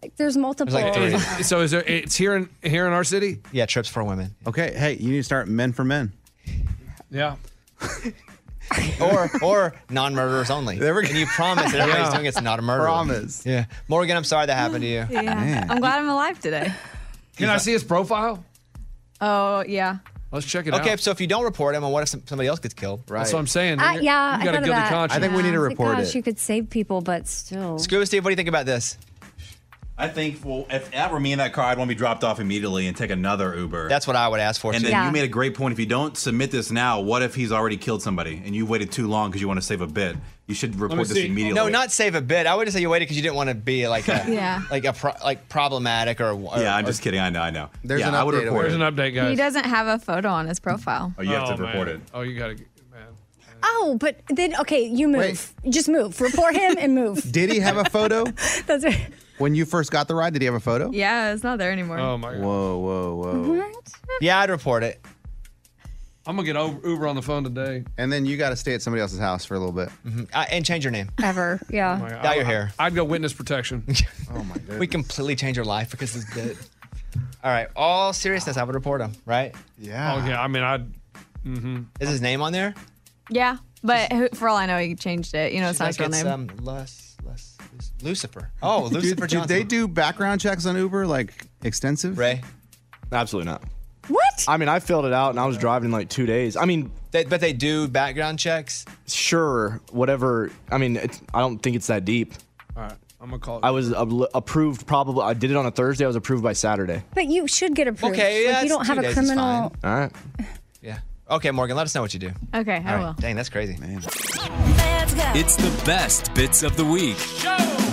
[SPEAKER 4] Like there's multiple.
[SPEAKER 6] It- so is there? It's here in here in our city.
[SPEAKER 3] Yeah, trips for women.
[SPEAKER 5] Okay, hey, you need to start men for men.
[SPEAKER 6] Yeah.
[SPEAKER 3] or or non-murderers only. There we go. And you promise that everybody's
[SPEAKER 5] Yeah.
[SPEAKER 3] doing it's not a murder.
[SPEAKER 5] Promise.
[SPEAKER 3] Yeah, Morgan, I'm sorry that happened to you.
[SPEAKER 2] Yeah. I'm glad I'm alive today.
[SPEAKER 6] Can I see his profile?
[SPEAKER 2] Oh, yeah.
[SPEAKER 6] Let's check it out.
[SPEAKER 3] Okay, so if you don't report him, and what if some, somebody else gets killed? Right.
[SPEAKER 6] That's what I'm saying.
[SPEAKER 4] Uh, yeah, I thought of that.
[SPEAKER 3] to
[SPEAKER 4] I was like, Gosh, you could save people, but still.
[SPEAKER 3] Scuba Steve, what do you think about this?
[SPEAKER 11] I think well, if I were me in that car, I'd want to be dropped off immediately and take another Uber.
[SPEAKER 3] That's what I would ask for.
[SPEAKER 11] And
[SPEAKER 3] too.
[SPEAKER 11] then
[SPEAKER 3] Yeah.
[SPEAKER 11] you made a great point. If you don't submit this now, what if he's already killed somebody and you waited too long because you want to save a bit? You should report this immediately.
[SPEAKER 3] No, not save a bit. I would just say you waited because you didn't want to be like a,
[SPEAKER 2] Yeah.
[SPEAKER 3] like a pro- like problematic or, or
[SPEAKER 11] Yeah, I'm
[SPEAKER 3] or-
[SPEAKER 11] just kidding. I know, I know.
[SPEAKER 3] There's
[SPEAKER 11] yeah,
[SPEAKER 3] an
[SPEAKER 11] I would
[SPEAKER 3] update
[SPEAKER 11] report.
[SPEAKER 3] already.
[SPEAKER 11] it.
[SPEAKER 3] There's an
[SPEAKER 6] update,
[SPEAKER 2] He doesn't have a photo on his profile.
[SPEAKER 11] Oh, you have to
[SPEAKER 6] man.
[SPEAKER 11] report it.
[SPEAKER 6] Oh, you got to.
[SPEAKER 4] Oh, but then okay, you move. Just move. Report him and move.
[SPEAKER 5] Did he have a photo
[SPEAKER 4] That's right.
[SPEAKER 5] when you first got the ride? Did he have a photo?
[SPEAKER 2] Yeah, it's not there anymore.
[SPEAKER 5] Oh.
[SPEAKER 6] Oh,
[SPEAKER 5] Whoa, whoa, whoa!
[SPEAKER 4] What?
[SPEAKER 3] Yeah, I'd report it.
[SPEAKER 6] I'm gonna get O- Uber on the phone today.
[SPEAKER 5] And then you got to stay at somebody else's house for a little bit.
[SPEAKER 3] Uh, and change your name.
[SPEAKER 4] Ever. Yeah.
[SPEAKER 3] Dye your hair.
[SPEAKER 6] I'd go witness protection.
[SPEAKER 5] oh my
[SPEAKER 3] We completely change your life because it's dead. All right. All seriousness, I would report him. Right.
[SPEAKER 5] Yeah.
[SPEAKER 6] Oh yeah. I mean, I'd. Mm-hmm.
[SPEAKER 3] Is his name on there?
[SPEAKER 2] Yeah, but who, for all I know, he changed it. You know, it's
[SPEAKER 3] She's
[SPEAKER 2] not
[SPEAKER 3] like,
[SPEAKER 2] his real
[SPEAKER 3] it's,
[SPEAKER 2] name.
[SPEAKER 3] um, Les, Les, Les- Lucifer. Oh,
[SPEAKER 5] Dude,
[SPEAKER 3] Lucifer
[SPEAKER 5] did
[SPEAKER 3] Johnson.
[SPEAKER 5] they do background checks on Uber like extensive?
[SPEAKER 3] Ray,
[SPEAKER 10] Absolutely not.
[SPEAKER 4] What?
[SPEAKER 10] I mean, I filled it out and I was driving in like two days. I mean,
[SPEAKER 3] they, but they do background checks.
[SPEAKER 10] Sure, whatever. I mean, it's, I don't think it's that deep.
[SPEAKER 6] All right. I'm gonna call.
[SPEAKER 10] I was ab- approved probably. I did it on a Thursday. I was approved by Saturday.
[SPEAKER 4] But you should get approved.
[SPEAKER 3] Okay,
[SPEAKER 4] Like,
[SPEAKER 3] yeah,
[SPEAKER 4] you
[SPEAKER 3] it's
[SPEAKER 4] don't have
[SPEAKER 3] two
[SPEAKER 4] a
[SPEAKER 3] days, it's fine.
[SPEAKER 4] criminal.
[SPEAKER 10] All right.
[SPEAKER 3] Okay, Morgan, let us know what you do.
[SPEAKER 2] Okay, I
[SPEAKER 3] All right.
[SPEAKER 2] will.
[SPEAKER 3] Dang, that's crazy. Man.
[SPEAKER 1] It's the best bits of the week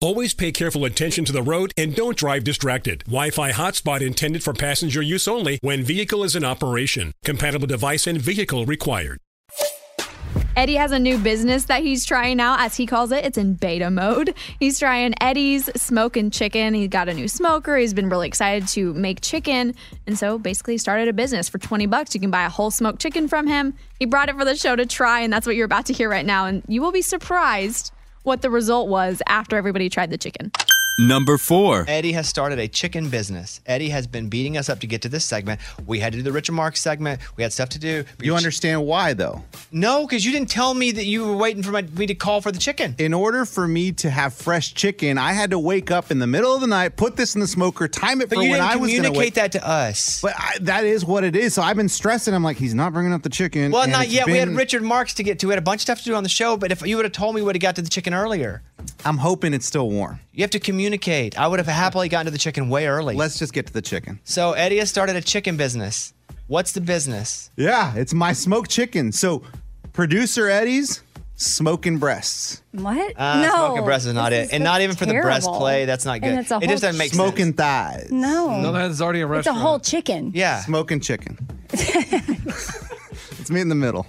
[SPEAKER 12] Always pay careful attention to the road and don't drive distracted. Wi Fi hotspot intended for passenger use only when vehicle is in operation. Compatible device and vehicle required.
[SPEAKER 2] Eddie has a new business that he's trying out, as he calls it. It's in beta mode. He's trying Eddie's Smoke and Chicken. He got a new smoker. He's been really excited to make chicken. And so basically started a business for 20 bucks. You can buy a whole smoked chicken from him. He brought it for the show to try, and that's what you're about to hear right now. And you will be surprised what the result was after everybody tried the chicken.
[SPEAKER 1] Number four.
[SPEAKER 3] Eddie has started a chicken business. Eddie has been beating us up to get to this segment. We had to do the Richard Marks segment. We had stuff to do. You
[SPEAKER 5] understand why, though?
[SPEAKER 3] No, because you didn't tell me that you were waiting for my, me to call for the chicken.
[SPEAKER 5] In order for me to have fresh chicken, I had to wake up in the middle of the night, put this in the smoker, time it
[SPEAKER 3] But
[SPEAKER 5] for
[SPEAKER 3] you
[SPEAKER 5] when
[SPEAKER 3] didn't
[SPEAKER 5] I was going to
[SPEAKER 3] communicate that to us.
[SPEAKER 5] But I, that is what it is. So I've been stressing. I'm like, he's not bringing up the chicken.
[SPEAKER 3] Well,
[SPEAKER 5] and
[SPEAKER 3] not
[SPEAKER 5] it's
[SPEAKER 3] yet. We had
[SPEAKER 5] been-
[SPEAKER 3] Richard Marks to get to. We had a bunch of stuff to do on the show, but if you would have told me, we would have got to the chicken earlier.
[SPEAKER 5] I'm hoping it's still warm.
[SPEAKER 3] You have to communicate. I would have happily gotten to the chicken way early.
[SPEAKER 5] Let's just get to the chicken.
[SPEAKER 3] So Eddie has started a chicken business. What's the business?
[SPEAKER 5] Yeah, it's my smoked chicken. So, producer Eddie's smoking breasts.
[SPEAKER 4] What?
[SPEAKER 3] Uh,
[SPEAKER 4] no.
[SPEAKER 3] Smoking breast is not it. And not even for the breast play. That's not good. It just doesn't make sense.
[SPEAKER 5] smoking thighs.
[SPEAKER 4] No.
[SPEAKER 5] No, that's already a
[SPEAKER 4] It's a
[SPEAKER 5] restaurant.
[SPEAKER 4] whole chicken.
[SPEAKER 3] Yeah.
[SPEAKER 5] Smoking chicken. Let's meet in the middle.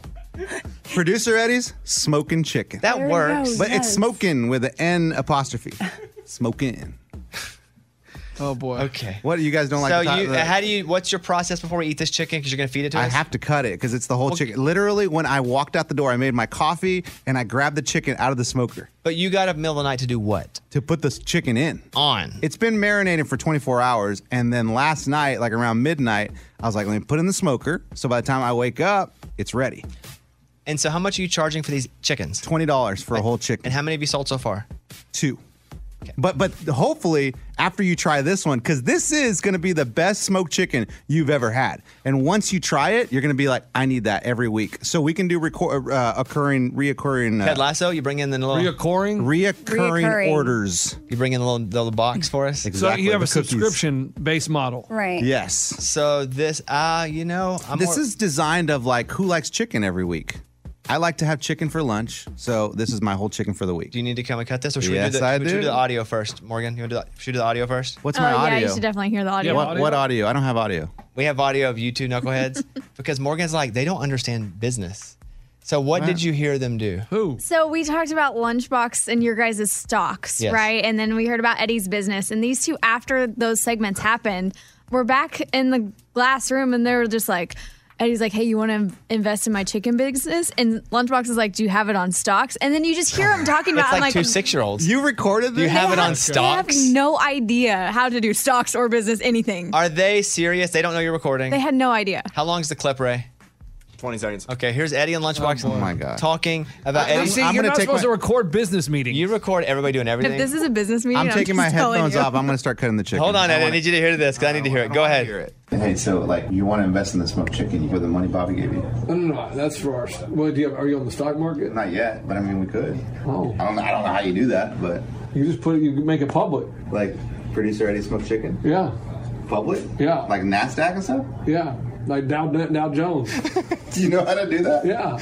[SPEAKER 5] Producer Eddie's smoking chicken.
[SPEAKER 3] That
[SPEAKER 4] There it works. goes,
[SPEAKER 5] But
[SPEAKER 4] yes.
[SPEAKER 5] it's smoking with an N apostrophe. Smoking.
[SPEAKER 3] Oh boy. Okay.
[SPEAKER 5] What you guys don't like?
[SPEAKER 3] so
[SPEAKER 5] the top-
[SPEAKER 3] you,
[SPEAKER 5] the-
[SPEAKER 3] how do you? What's your process before we eat this chicken? Because you're gonna feed it to
[SPEAKER 5] I
[SPEAKER 3] us.
[SPEAKER 5] have to cut it because it's the whole chicken. Literally, when I walked out the door, I made my coffee and I grabbed the chicken out of the smoker
[SPEAKER 3] But you got up middle of the night to do what?
[SPEAKER 5] to put this chicken in.
[SPEAKER 3] On.
[SPEAKER 5] It's been marinated for 24 hours, and then last night, like around midnight, I was like, "Let me put it in the smoker." So by the time I wake up, it's ready.
[SPEAKER 3] And so, how much are you charging for these chickens?
[SPEAKER 5] Twenty dollars for a whole chicken.
[SPEAKER 3] And how many have you sold so far?
[SPEAKER 5] Two. But but hopefully after you try this one, because this is going to be the best smoked chicken you've ever had. And once you try it, you're going to be like, I need that every week. So we can do reco- uh, occurring, reoccurring,
[SPEAKER 3] Ted
[SPEAKER 5] uh,
[SPEAKER 3] Lasso, you bring in the little
[SPEAKER 6] reoccurring,
[SPEAKER 5] reoccurring,
[SPEAKER 3] Reoccurring.
[SPEAKER 5] orders.
[SPEAKER 3] You bring in the little, the little box for us.
[SPEAKER 6] So you have a subscription based model.
[SPEAKER 4] Right.
[SPEAKER 5] Yes.
[SPEAKER 3] So this, ah, you know, I'm
[SPEAKER 5] this
[SPEAKER 3] more-
[SPEAKER 5] is designed of like who likes chicken every week. I like to have chicken for lunch, so this is my whole chicken for the week.
[SPEAKER 3] Do you need to come and cut this, or should we
[SPEAKER 5] Yes,
[SPEAKER 3] do the
[SPEAKER 5] I
[SPEAKER 3] should we
[SPEAKER 5] do.
[SPEAKER 3] the audio first, Morgan? You want to do the, should we do the audio first?
[SPEAKER 5] What's my audio?
[SPEAKER 2] Oh, Yeah, you should definitely hear the audio.
[SPEAKER 5] What, what audio? I don't have audio.
[SPEAKER 3] We have audio of you two knuckleheads because Morgan's like they don't understand business. So what
[SPEAKER 2] Wow.
[SPEAKER 3] did you hear them do?
[SPEAKER 6] Who?
[SPEAKER 2] So we talked about Lunchbox and your guys' stocks,
[SPEAKER 3] Yes.
[SPEAKER 2] right? And then we heard about Eddie's business. And these two, after those segments happened, were back in the glass room and they were just like, Eddie's like, hey, you want to invest in my chicken business? And Lunchbox is like, do you have it on stocks? And then you just hear him talking about
[SPEAKER 3] It's
[SPEAKER 2] I'm
[SPEAKER 3] like two six-year-olds.
[SPEAKER 5] You recorded
[SPEAKER 3] You
[SPEAKER 2] They
[SPEAKER 3] have it on
[SPEAKER 2] They
[SPEAKER 3] stocks.
[SPEAKER 2] have no idea how to do stocks or business, anything.
[SPEAKER 3] Are they serious? They don't know you're recording.
[SPEAKER 2] They had no idea.
[SPEAKER 3] How long's the clip, Ray?
[SPEAKER 11] 20 seconds.
[SPEAKER 3] Okay, here's Eddie and Lunchbox. Oh, my God. Talking about
[SPEAKER 6] I'm-
[SPEAKER 3] Eddie.
[SPEAKER 6] You see, I'm you're gonna not take supposed my- to record business meetings.
[SPEAKER 3] You record everybody doing everything.
[SPEAKER 2] If this is a business meeting, I'm,
[SPEAKER 5] I'm taking my
[SPEAKER 2] just telling
[SPEAKER 5] headphones
[SPEAKER 2] you.
[SPEAKER 5] off. I'm going to start cutting the chicken.
[SPEAKER 3] Hold on,
[SPEAKER 5] I
[SPEAKER 3] Eddie. I
[SPEAKER 5] wanna-
[SPEAKER 3] need you to hear this because I need to hear it. Go ahead.
[SPEAKER 13] Hey, so like you want to invest in this smoked chicken for the money Bobby gave you?
[SPEAKER 14] No, no, no. That's for our. st- Well, do you have, are you on the stock market?
[SPEAKER 13] Not yet, but I mean we could.
[SPEAKER 14] Oh.
[SPEAKER 13] I don't, I don't know how you do that, but
[SPEAKER 14] you just put it. You make it public.
[SPEAKER 13] Like producer Eddie smoked chicken.
[SPEAKER 14] Yeah.
[SPEAKER 13] Public.
[SPEAKER 14] Yeah.
[SPEAKER 13] Like Nasdaq and stuff.
[SPEAKER 14] Yeah. Like Dow Dow Jones.
[SPEAKER 13] do you know how to do that?
[SPEAKER 14] Yeah.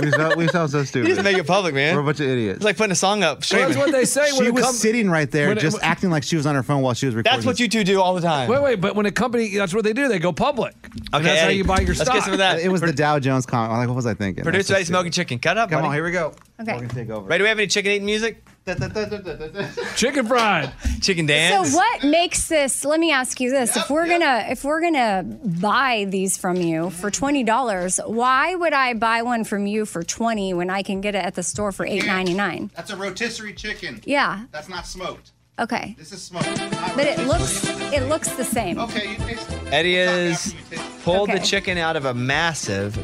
[SPEAKER 5] we sound, we sound so stupid.
[SPEAKER 3] You just make it public, man.
[SPEAKER 5] We're a bunch of idiots.
[SPEAKER 3] It's like putting a song up. streaming.
[SPEAKER 5] She was sitting right there,
[SPEAKER 6] when it-
[SPEAKER 5] just acting like she was on her phone while she was recording.
[SPEAKER 3] you two do all the time.
[SPEAKER 6] Wait, wait, but when a company, that's what they do. They go public. Okay, that's how
[SPEAKER 3] Eddie,
[SPEAKER 6] you buy your
[SPEAKER 3] let's get
[SPEAKER 6] stock.
[SPEAKER 3] some of that.
[SPEAKER 5] It was the Dow Jones comment. Like, what was I thinking? That's
[SPEAKER 3] Producer
[SPEAKER 5] so
[SPEAKER 3] Eddie smoking chicken. Cut up.
[SPEAKER 5] Come
[SPEAKER 3] buddy.
[SPEAKER 5] on, here we go.
[SPEAKER 4] Okay.
[SPEAKER 5] take over.
[SPEAKER 3] Ray, do we have any chicken eating music?
[SPEAKER 6] chicken fried.
[SPEAKER 3] Chicken dance.
[SPEAKER 4] So what makes this? Let me ask you this: if we're gonna if we're gonna buy these from you for twenty dollars, why would I buy one from you for twenty when I can get it at the store for eight ninety nine?
[SPEAKER 5] That's a rotisserie chicken.
[SPEAKER 4] Yeah.
[SPEAKER 5] That's not smoked.
[SPEAKER 4] Okay,
[SPEAKER 5] This is smoked.
[SPEAKER 4] but it looks it looks the same.
[SPEAKER 5] Okay, you taste it.
[SPEAKER 3] Eddie is pulled the
[SPEAKER 4] Okay.
[SPEAKER 3] chicken out of a massive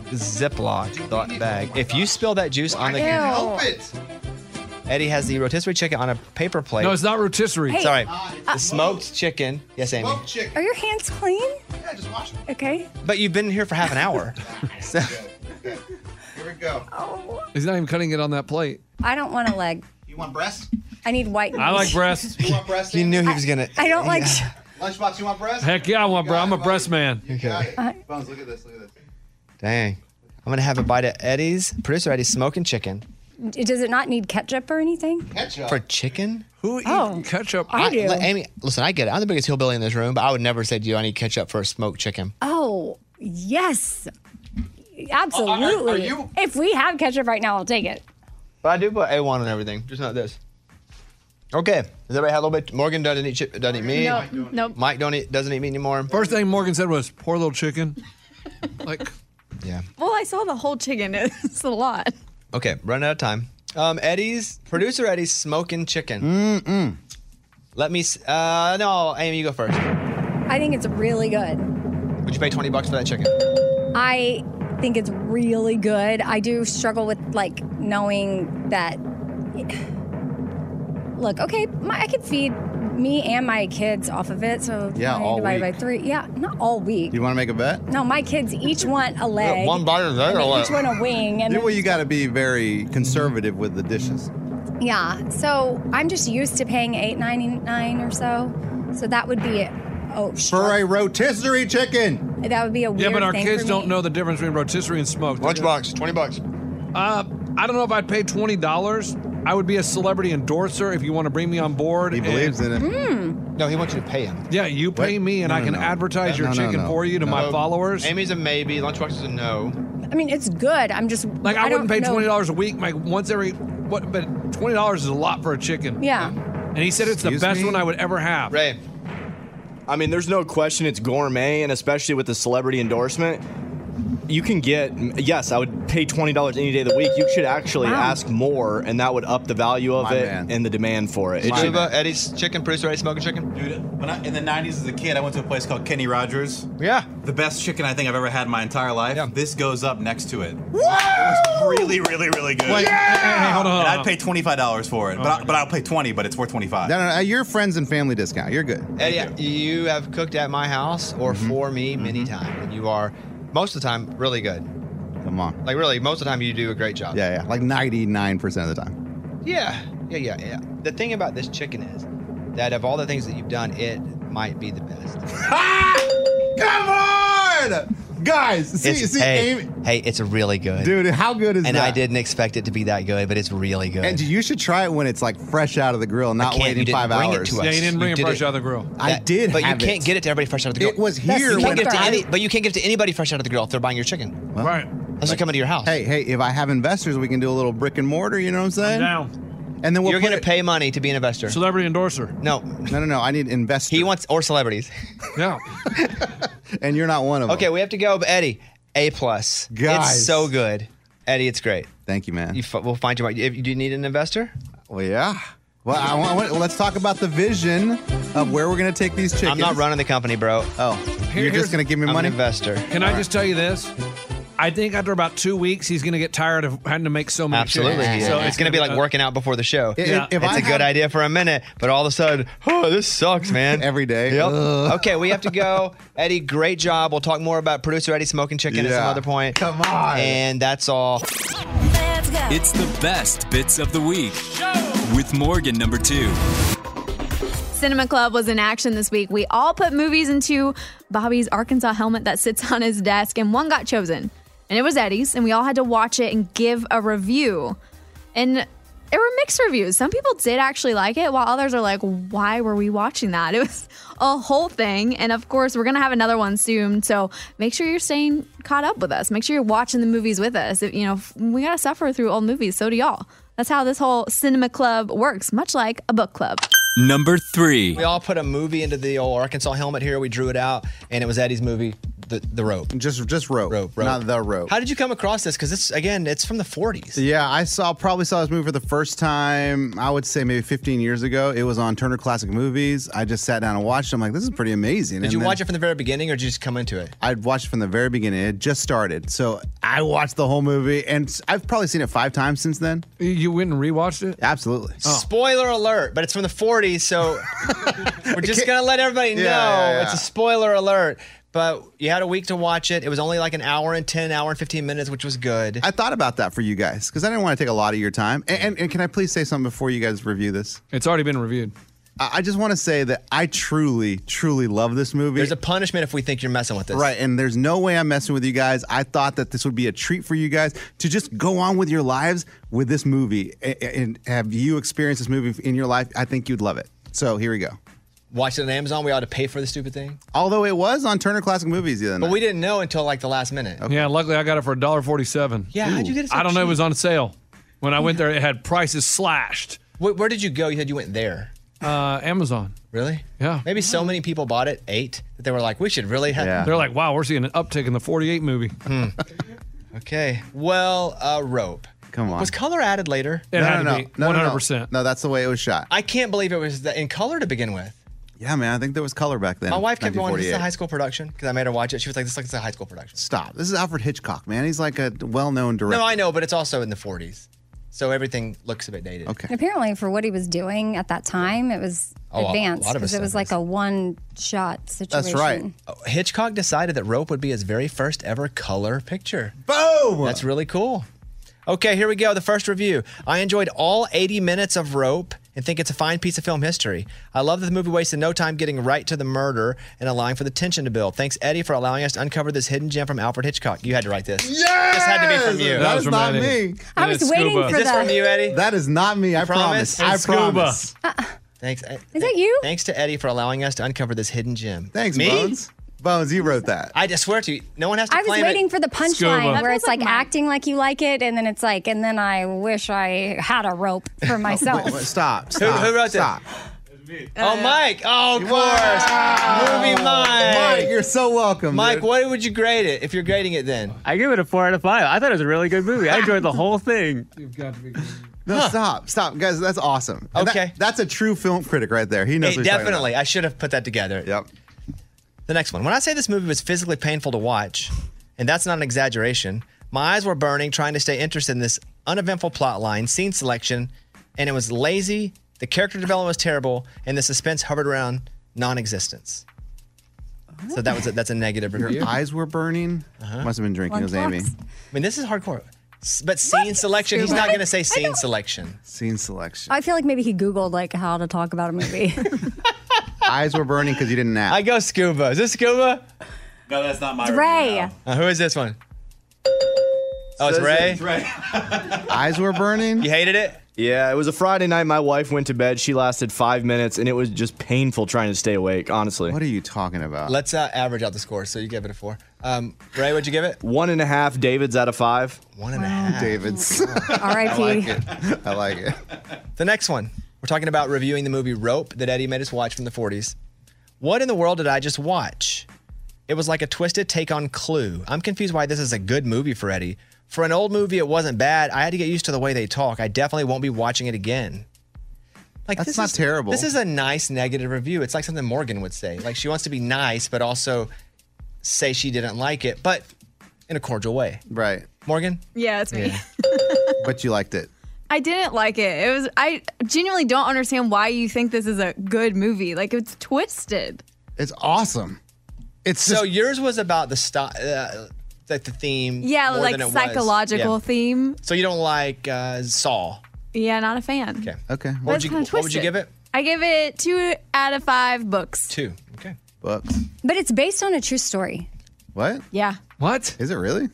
[SPEAKER 3] Ziploc bag. If you spill that juice on the
[SPEAKER 5] it.
[SPEAKER 3] Eddie has the rotisserie chicken on a paper plate.
[SPEAKER 6] No, it's not rotisserie.
[SPEAKER 4] Hey,
[SPEAKER 3] Sorry.
[SPEAKER 4] uh,
[SPEAKER 3] the smoked chicken. Yes, Amy.
[SPEAKER 4] Are your hands clean? Yeah, just wash them. Okay.
[SPEAKER 3] But you've been here for half an hour. So-
[SPEAKER 5] Here we go.
[SPEAKER 6] He's not even cutting it on that plate.
[SPEAKER 4] I don't want a leg.
[SPEAKER 5] You want breast?
[SPEAKER 4] I need white.
[SPEAKER 6] I like breasts.
[SPEAKER 5] You want breast?
[SPEAKER 3] you knew he was going to.
[SPEAKER 4] I don't like.
[SPEAKER 5] Lunchbox, you want breast?
[SPEAKER 6] Heck yeah, I want, bro. I'm a breast man.
[SPEAKER 5] Bones, look at this. Look at this.
[SPEAKER 3] Dang. I'm going to have a bite of Eddie's, producer Eddie's smoking chicken.
[SPEAKER 4] Does it not need ketchup or anything?
[SPEAKER 5] Ketchup.
[SPEAKER 3] For chicken?
[SPEAKER 6] Who
[SPEAKER 4] Oh,
[SPEAKER 6] ketchup?
[SPEAKER 4] I do.
[SPEAKER 3] li- Amy, listen, I get it. I'm the biggest hillbilly in this room, but I would never say to you, I need ketchup for a smoked chicken.
[SPEAKER 4] Oh, yes. Absolutely.
[SPEAKER 5] Uh,
[SPEAKER 4] if we have ketchup right now, I'll take it.
[SPEAKER 3] But I do put A1 on everything, just not this. Okay. Does everybody have a little bit? Morgan doesn't eat, chip, doesn't eat meat.
[SPEAKER 2] Nope, nope.
[SPEAKER 3] Mike don't eat, doesn't eat meat anymore.
[SPEAKER 6] First thing Morgan said was, poor little chicken. like,
[SPEAKER 2] Well, I saw the whole chicken. It's a lot.
[SPEAKER 3] Okay, running out of time. Um, Eddie's producer Eddie's smoking chicken. Mm-mm. Let me. s- Uh, no, Amy, you go first.
[SPEAKER 4] I think it's really good.
[SPEAKER 3] Would you pay twenty bucks for that chicken?
[SPEAKER 4] I think it's really good. I do struggle with like knowing that. Look, okay, my, I could feed me and my kids off of it, so
[SPEAKER 5] Yeah,
[SPEAKER 4] I
[SPEAKER 5] all
[SPEAKER 4] divide by three. Yeah, not all week.
[SPEAKER 5] You want to make a bet?
[SPEAKER 4] No, my kids each want a leg.
[SPEAKER 5] bite of
[SPEAKER 4] and they each want a wing. And
[SPEAKER 5] Yeah,
[SPEAKER 4] then-
[SPEAKER 5] well, you got to be very conservative with the dishes.
[SPEAKER 4] Yeah. So I'm just used to paying eight ninety nine or so. So that would be it. Oh,
[SPEAKER 5] For a rotisserie chicken.
[SPEAKER 4] that would be a weird
[SPEAKER 6] Yeah, but our
[SPEAKER 4] thing
[SPEAKER 6] kids
[SPEAKER 4] for
[SPEAKER 6] don't
[SPEAKER 4] me.
[SPEAKER 6] know the difference between rotisserie and smoked.
[SPEAKER 3] Lunchbox, twenty bucks.
[SPEAKER 6] Uh, I don't know if I'd pay twenty dollars. I would be a celebrity endorser if you want to bring me on board. He
[SPEAKER 5] believes in it.
[SPEAKER 4] Mm.
[SPEAKER 3] No, he wants you to pay him.
[SPEAKER 6] Yeah, you pay me, and I can advertise your chicken for you to my followers.
[SPEAKER 3] Amy's a maybe. Lunchbox is a no.
[SPEAKER 4] I mean, it's good. I'm just
[SPEAKER 6] Like I,
[SPEAKER 4] don't
[SPEAKER 6] wouldn't pay
[SPEAKER 4] know.
[SPEAKER 6] twenty dollars a week, like once every what? But twenty dollars is a lot for a chicken.
[SPEAKER 4] Yeah.
[SPEAKER 6] And he said it's the best one I would ever have.
[SPEAKER 3] Right.
[SPEAKER 10] I mean, there's no question it's gourmet, and especially with the celebrity endorsement, you can get. Yes, I would pay twenty dollars any day of the week. You should actually
[SPEAKER 3] Wow.
[SPEAKER 10] ask more, and that would up the value of
[SPEAKER 3] My
[SPEAKER 10] it
[SPEAKER 3] man.
[SPEAKER 10] and the demand for it. It should-
[SPEAKER 3] Chuba, Eddie's chicken, producer Eddie smoking chicken.
[SPEAKER 11] Dude, when I, in the 90s as a kid, I went to a place called Kenny Rogers.
[SPEAKER 3] Yeah.
[SPEAKER 11] The best chicken I think I've ever had in my entire life. This goes up next to it. Really, really, really good.
[SPEAKER 5] Wait, Yeah! hey, hey, hey, hold on, hold
[SPEAKER 11] And
[SPEAKER 5] on. Oh
[SPEAKER 11] I'd pay $25 for it, but, I, but I'll pay 20 but it's worth 25
[SPEAKER 5] No, no, no, uh, your friends and family discount. You're good.
[SPEAKER 3] Eddie, you have cooked at my house or
[SPEAKER 5] Mm-hmm.
[SPEAKER 3] for me many times, and you are most of the time really good.
[SPEAKER 5] Come on.
[SPEAKER 3] Like really, most of the time you do a great job.
[SPEAKER 5] Yeah, yeah. Like 99% of the time.
[SPEAKER 3] Yeah, yeah, yeah, yeah. The thing about this chicken is that of all the things that you've done, it might be the best.
[SPEAKER 5] Come on! Guys, see,
[SPEAKER 3] It's-
[SPEAKER 5] see,
[SPEAKER 3] hey,
[SPEAKER 5] Amy.
[SPEAKER 3] hey, it's really good,
[SPEAKER 5] Dude, how good is
[SPEAKER 3] and
[SPEAKER 5] that?
[SPEAKER 3] I didn't expect it to be that good, but it's really good.
[SPEAKER 5] And you should try it when it's like fresh out of the grill, not
[SPEAKER 3] can't, you
[SPEAKER 5] waiting
[SPEAKER 3] didn't
[SPEAKER 5] five
[SPEAKER 3] bring it
[SPEAKER 5] hours.
[SPEAKER 3] to us. Yeah, you didn't bring You it did fresh it. out of
[SPEAKER 6] the grill.
[SPEAKER 5] I
[SPEAKER 3] That-
[SPEAKER 5] did
[SPEAKER 3] but
[SPEAKER 5] have
[SPEAKER 3] you can't get it to everybody fresh out of the grill.
[SPEAKER 5] It was
[SPEAKER 3] That's-
[SPEAKER 5] here
[SPEAKER 3] You
[SPEAKER 5] when
[SPEAKER 3] can't give it to
[SPEAKER 5] I-
[SPEAKER 3] any, but you can't give it to anybody fresh out of the grill if they're buying your chicken.
[SPEAKER 6] right.
[SPEAKER 3] Unless they're coming to your house.
[SPEAKER 5] Hey, hey, if I have investors, we can do a little brick and mortar, you know what I'm saying?
[SPEAKER 3] down.
[SPEAKER 5] And then we'll
[SPEAKER 3] You're
[SPEAKER 5] put
[SPEAKER 3] going to
[SPEAKER 5] it-
[SPEAKER 3] pay money to be an investor.
[SPEAKER 6] Celebrity endorser.
[SPEAKER 3] No.
[SPEAKER 5] No, no, no. I need investors.
[SPEAKER 3] He wants or celebrities.
[SPEAKER 6] Yeah.
[SPEAKER 5] and you're not one of them.
[SPEAKER 3] Okay, we have to go. But Eddie, A plus.
[SPEAKER 5] Guys.
[SPEAKER 3] It's so good, Eddie. It's great.
[SPEAKER 5] Thank you, man.
[SPEAKER 3] You f- we'll find you. one. If- Do you need an investor?
[SPEAKER 5] Well, yeah. Well, I want, I want- let's talk about the vision of where we're going to take these chickens.
[SPEAKER 3] I'm not running the company, bro.
[SPEAKER 5] Oh, you're
[SPEAKER 6] here's-
[SPEAKER 5] just going to give me
[SPEAKER 6] I'm an
[SPEAKER 5] money?
[SPEAKER 3] investor.
[SPEAKER 6] Can I just tell you this? I think after about two weeks, he's going to get tired of having to make so many.
[SPEAKER 3] Absolutely.
[SPEAKER 6] chickens.
[SPEAKER 3] So it's going to be
[SPEAKER 5] Uh,
[SPEAKER 3] like working out before the show.
[SPEAKER 6] I- Yeah. if
[SPEAKER 3] it's a
[SPEAKER 6] I had-
[SPEAKER 3] good idea for a minute, but all of a sudden, oh, this sucks, man.
[SPEAKER 5] Every day.
[SPEAKER 3] Yep.
[SPEAKER 5] Ugh.
[SPEAKER 3] Okay, we have to go. Eddie, great job. We'll talk more about producer Eddie smoking chicken at some
[SPEAKER 11] Yeah.
[SPEAKER 3] other point. Come
[SPEAKER 5] on.
[SPEAKER 3] And that's all.
[SPEAKER 1] It's the best bits of the week with Morgan number two.
[SPEAKER 2] Cinema Club was in action this week. We all put movies into Bobby's Arkansas helmet that sits on his desk, and one got chosen. And it was Eddie's, and we all had to watch it and give a review. And there were mixed reviews. Some people did actually like it, while others are like, why were we watching that? It was a whole thing. And of course, we're going to have another one soon. So make sure you're staying caught up with us. Make sure you're watching the movies with us. If, you know, f- we got to suffer through old movies. So do y'all. That's how this whole cinema club works, much like a book club.
[SPEAKER 1] Number three.
[SPEAKER 3] We all put a movie into the old Arkansas helmet here. We drew it out, and it was Eddie's movie, The, the Rope.
[SPEAKER 5] Just just rope.
[SPEAKER 3] Rope, rope.
[SPEAKER 5] Not the rope.
[SPEAKER 3] How did you come across this? Because this, again, it's from the 40s.
[SPEAKER 5] Yeah, I saw probably saw this movie for the first time. I would say maybe 15 years ago. It was on Turner Classic Movies. I just sat down and watched. it. I'm like, this is pretty amazing.
[SPEAKER 3] Did you watch it from the very beginning, or did you just come into it?
[SPEAKER 5] I'd watched from the very beginning. It had just started, so I watched the whole movie, and s- I've probably seen it five times since then.
[SPEAKER 6] You went and rewatched it? Oh.
[SPEAKER 5] Absolutely.
[SPEAKER 3] Spoiler alert, but it's from the 40s, so we're just going to let everybody know
[SPEAKER 5] Yeah, yeah, yeah.
[SPEAKER 3] it's a spoiler alert. But you had a week to watch it. It was only like an hour and 10, hour and 15 minutes, which was good.
[SPEAKER 5] I thought about that for you guys because I didn't want to take a lot of your time. And, and, and can I please say something before you guys review this?
[SPEAKER 6] It's already been reviewed.
[SPEAKER 5] I, I just want to say that I truly, truly love this movie.
[SPEAKER 3] There's a punishment if we think you're messing with this.
[SPEAKER 5] Right, and there's no way I'm messing with you guys. I thought that this would be a treat for you guys to just go on with your lives with this movie and, and have you experience this movie in your life. I think you'd love it. So here we go.
[SPEAKER 3] Watched it on Amazon. We ought to pay for the stupid thing.
[SPEAKER 5] Although it was on Turner Classic Movies the other night.
[SPEAKER 3] But we didn't know until like the last minute.
[SPEAKER 6] Yeah, luckily I got it for $1.47.
[SPEAKER 3] Yeah, how'd you get it so
[SPEAKER 6] I don't know. It
[SPEAKER 3] cheap?
[SPEAKER 6] was on sale. When I went there, it had prices slashed.
[SPEAKER 3] Where, where did you go? You said you went there.
[SPEAKER 6] Uh, Amazon.
[SPEAKER 3] Really?
[SPEAKER 5] Oh.
[SPEAKER 6] Yeah.
[SPEAKER 3] Maybe so many people bought it, eight, that they were like, we should really have.
[SPEAKER 6] They're like,
[SPEAKER 3] Hmm.
[SPEAKER 6] wow, we're seeing an uptick in the 48 movie.
[SPEAKER 3] okay. Well, uh, rope.
[SPEAKER 5] Come on.
[SPEAKER 3] Was color added later?
[SPEAKER 5] no, no, no, no, no, no. No, that's the way it was shot.
[SPEAKER 3] I can't believe it was the, in color to begin with.
[SPEAKER 5] Yeah, man. I think there was color back then.
[SPEAKER 3] My wife kept going, "This is a
[SPEAKER 5] 1948.
[SPEAKER 3] high school production," because I made her watch it. She was like, "This looks like a high school production."
[SPEAKER 5] Stop. This is Alfred Hitchcock, man. He's like a well-known director.
[SPEAKER 3] No, I know, but it's also in the 40s, so everything looks a bit dated.
[SPEAKER 5] Okay.
[SPEAKER 4] Apparently, for what he was doing at that time, it was
[SPEAKER 3] Oh, a- a
[SPEAKER 4] advanced
[SPEAKER 3] lot of
[SPEAKER 4] because
[SPEAKER 3] us
[SPEAKER 4] it was
[SPEAKER 3] said
[SPEAKER 4] like a one-shot situation.
[SPEAKER 3] Oh, Hitchcock decided that Rope would be his very first ever color picture.
[SPEAKER 5] Boom!
[SPEAKER 3] That's really cool. Okay, here we go. The first review. I enjoyed all 80 minutes of Rope and think it's a fine piece of film history. I love that the movie wasted no time getting right to the murder and allowing for the tension to build. Thanks, Eddie, for allowing us to uncover this hidden gem from Alfred Hitchcock. You had to write this.
[SPEAKER 5] Yes!
[SPEAKER 3] This had to be from you.
[SPEAKER 5] That That was is not from Eddie. me. I was waiting for
[SPEAKER 3] Is this
[SPEAKER 5] the-
[SPEAKER 3] from you, Eddie?
[SPEAKER 5] That is not me. I promise. I promise.
[SPEAKER 3] Thanks. Is that you? Thanks to Eddie for allowing us to uncover this hidden gem.
[SPEAKER 5] Thanks,
[SPEAKER 3] me?
[SPEAKER 5] Bones. Bones, you wrote that.
[SPEAKER 3] I just swear to you, no one has to
[SPEAKER 4] I was
[SPEAKER 3] claim it.
[SPEAKER 4] waiting for the punchline where it's like, acting like you like it, and then it's like, and then I wish I had a rope for myself.
[SPEAKER 5] Oh, Wait, wait, stop.
[SPEAKER 3] Who,
[SPEAKER 5] Stop.
[SPEAKER 3] who wrote
[SPEAKER 5] stop.
[SPEAKER 3] that? Oh, Mike. Oh, of course. Movie Mike.
[SPEAKER 5] Mike, you're so welcome.
[SPEAKER 3] Mike,
[SPEAKER 5] dude.
[SPEAKER 3] what would you grade it if you're grading it then?
[SPEAKER 15] I give it a four out of five. I thought it was a really good
[SPEAKER 3] Ah.
[SPEAKER 15] movie. I enjoyed the whole thing.
[SPEAKER 5] You've got to be. No, stop, stop, guys. That's awesome. And that-
[SPEAKER 3] Okay.
[SPEAKER 5] that's a true film critic right there. He knows.
[SPEAKER 3] Hey,
[SPEAKER 5] what he's talking
[SPEAKER 3] definitely. I should have put that together.
[SPEAKER 5] Yep.
[SPEAKER 3] The next one. When I say this movie was physically painful to watch, and that's not an exaggeration, my eyes were burning trying to stay interested in this uneventful plot line, scene selection, and it was lazy, the character development was terrible, and the suspense hovered around non-existence. So that was a, that's a negative
[SPEAKER 5] about.
[SPEAKER 3] review.
[SPEAKER 5] Your eyes were burning.
[SPEAKER 3] Uh-huh.
[SPEAKER 5] Must have been drinking. It was Amy.
[SPEAKER 3] I mean, this is hardcore. S- But scene selection, he's not going to say scene selection.
[SPEAKER 5] Scene selection.
[SPEAKER 4] I feel like maybe he Googled like how to talk about a movie.
[SPEAKER 5] eyes were burning because you didn't nap. I
[SPEAKER 3] go scuba. Is this scuba?
[SPEAKER 11] No, that's not my
[SPEAKER 4] It's Ray.
[SPEAKER 3] Uh, who is this one? Oh, it's Ray.
[SPEAKER 5] Eyes were burning.
[SPEAKER 3] You hated it?
[SPEAKER 10] Yeah, it was a Friday night. My wife went to bed. She lasted five minutes, and it was just painful trying to stay awake, honestly. What
[SPEAKER 5] are you talking about?
[SPEAKER 3] Let's uh, average out the score. So you gave it a four. Um, Ray, what'd you give it?
[SPEAKER 10] One and a half Davids out of five.
[SPEAKER 3] One and a half
[SPEAKER 5] Davids.
[SPEAKER 3] I like it.
[SPEAKER 5] I like it.
[SPEAKER 3] The next one. We're talking about reviewing the movie Rope that Eddie made us watch from the 40s. What in the world did I just watch? It was like a twisted take on Clue. I'm confused why this is a good movie for Eddie. For an old movie, it wasn't bad. I had to get used to the way they talk. I definitely won't be watching it again. Like
[SPEAKER 5] That's
[SPEAKER 3] this
[SPEAKER 5] not
[SPEAKER 3] is-
[SPEAKER 5] terrible.
[SPEAKER 3] This is a nice negative review. It's like something Morgan would say. Like she wants to be nice, but also say she didn't like it, but in a cordial way.
[SPEAKER 5] Right.
[SPEAKER 3] Morgan?
[SPEAKER 16] Yeah, it's me.
[SPEAKER 5] But you liked it.
[SPEAKER 16] I didn't like it. It was I genuinely don't understand why you think this is a good movie. Like it's twisted.
[SPEAKER 5] It's awesome. It's
[SPEAKER 3] so yours was about the style, uh, like the theme.
[SPEAKER 16] Yeah,
[SPEAKER 3] more
[SPEAKER 16] like
[SPEAKER 3] than it was.
[SPEAKER 16] psychological
[SPEAKER 3] Yeah.
[SPEAKER 16] theme.
[SPEAKER 3] So you don't like uh, Saul?
[SPEAKER 16] Yeah, not a fan.
[SPEAKER 3] Okay.
[SPEAKER 5] Okay.
[SPEAKER 3] What would, you,
[SPEAKER 16] kinda
[SPEAKER 3] what would you
[SPEAKER 16] twisted.
[SPEAKER 3] give it?
[SPEAKER 16] I give it two out of five books.
[SPEAKER 3] Two. Okay.
[SPEAKER 5] Books.
[SPEAKER 4] But it's based on a true story.
[SPEAKER 5] What?
[SPEAKER 16] Yeah.
[SPEAKER 6] What?
[SPEAKER 5] Is it really?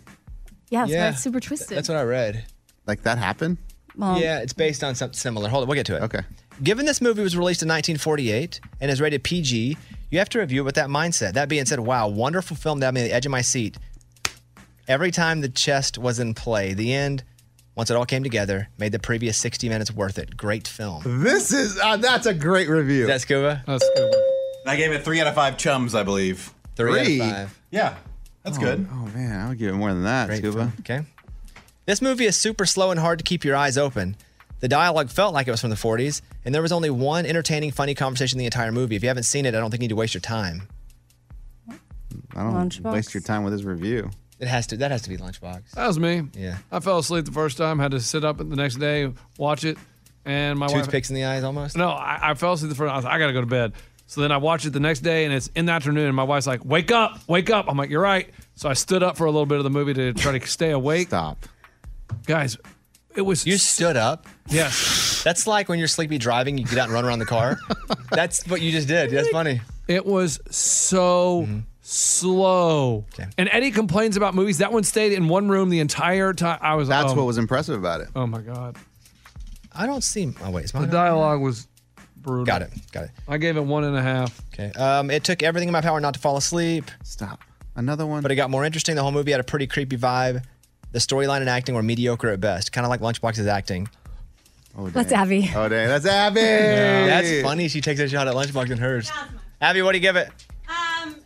[SPEAKER 16] Yeah,
[SPEAKER 3] that's why Yeah.
[SPEAKER 16] it's super twisted.
[SPEAKER 3] That's what I read.
[SPEAKER 5] Like that happened?
[SPEAKER 16] Well-
[SPEAKER 3] yeah, it's based on something similar. Hold on, we'll get to it.
[SPEAKER 5] Okay.
[SPEAKER 3] Given this movie was released in 1948 and is rated PG, you have to review it with that mindset. That being said, wow, wonderful film that made me on the edge of my seat. Every time the chest was in play, the end, once it all came together, made the previous 60 minutes worth it. Great film.
[SPEAKER 5] This is uh, that's a great review.
[SPEAKER 3] That's Scuba?
[SPEAKER 6] That's Scuba.
[SPEAKER 11] I gave it three out of five chums, I believe.
[SPEAKER 3] Three out of five.
[SPEAKER 11] Yeah, that's
[SPEAKER 5] Oh,
[SPEAKER 11] good.
[SPEAKER 5] Oh man, I would give it more than that, Scuba.
[SPEAKER 3] Okay. This movie is super slow and hard to keep your eyes open. The dialogue felt like it was from the 40s, and there was only one entertaining, funny conversation in the entire movie. If you haven't seen it, I don't think you need to waste your time.
[SPEAKER 5] I don't waste your time with his review.
[SPEAKER 3] It has to. That has to be Lunchbox.
[SPEAKER 6] That was me.
[SPEAKER 3] Yeah.
[SPEAKER 6] I fell asleep the first time, had to sit up the next day, watch it, and my wife-
[SPEAKER 3] Toothpicks in the eyes almost?
[SPEAKER 6] No, I, I fell asleep the first I was like, I gotta go to bed. So then I watched it the next day and it's in the afternoon and my wife's like, Wake up, wake up. I'm like, You're right. So I stood up for a little bit of the movie to try to stay awake.
[SPEAKER 5] Stop.
[SPEAKER 6] Guys, it was
[SPEAKER 3] You stood up.
[SPEAKER 6] Yes.
[SPEAKER 3] That's like when you're sleepy driving, you get out and run around the car. That's what you just did. That's funny. Mm-hmm.
[SPEAKER 6] It was so slow. And Eddie complains about movies. That one stayed in one room the entire time. I was
[SPEAKER 5] That's
[SPEAKER 6] oh,
[SPEAKER 5] what was impressive about it.
[SPEAKER 6] Oh my god.
[SPEAKER 3] I don't see oh wait, it's
[SPEAKER 6] The dialogue was brutal.
[SPEAKER 3] Got it. Got it.
[SPEAKER 6] I gave it one and a half.
[SPEAKER 3] Okay. Um, it took everything in my power not to fall asleep.
[SPEAKER 5] Stop. Another one.
[SPEAKER 3] But it got more interesting. The whole movie had a pretty creepy vibe. The storyline and acting were mediocre at best, kind of like Lunchbox's acting.
[SPEAKER 5] Oh,
[SPEAKER 4] That's Abby.
[SPEAKER 5] Oh dang, that's Abby.
[SPEAKER 3] That's funny. She takes a shot at Lunchbox and hers. Abby, what do you give it?
[SPEAKER 17] Um,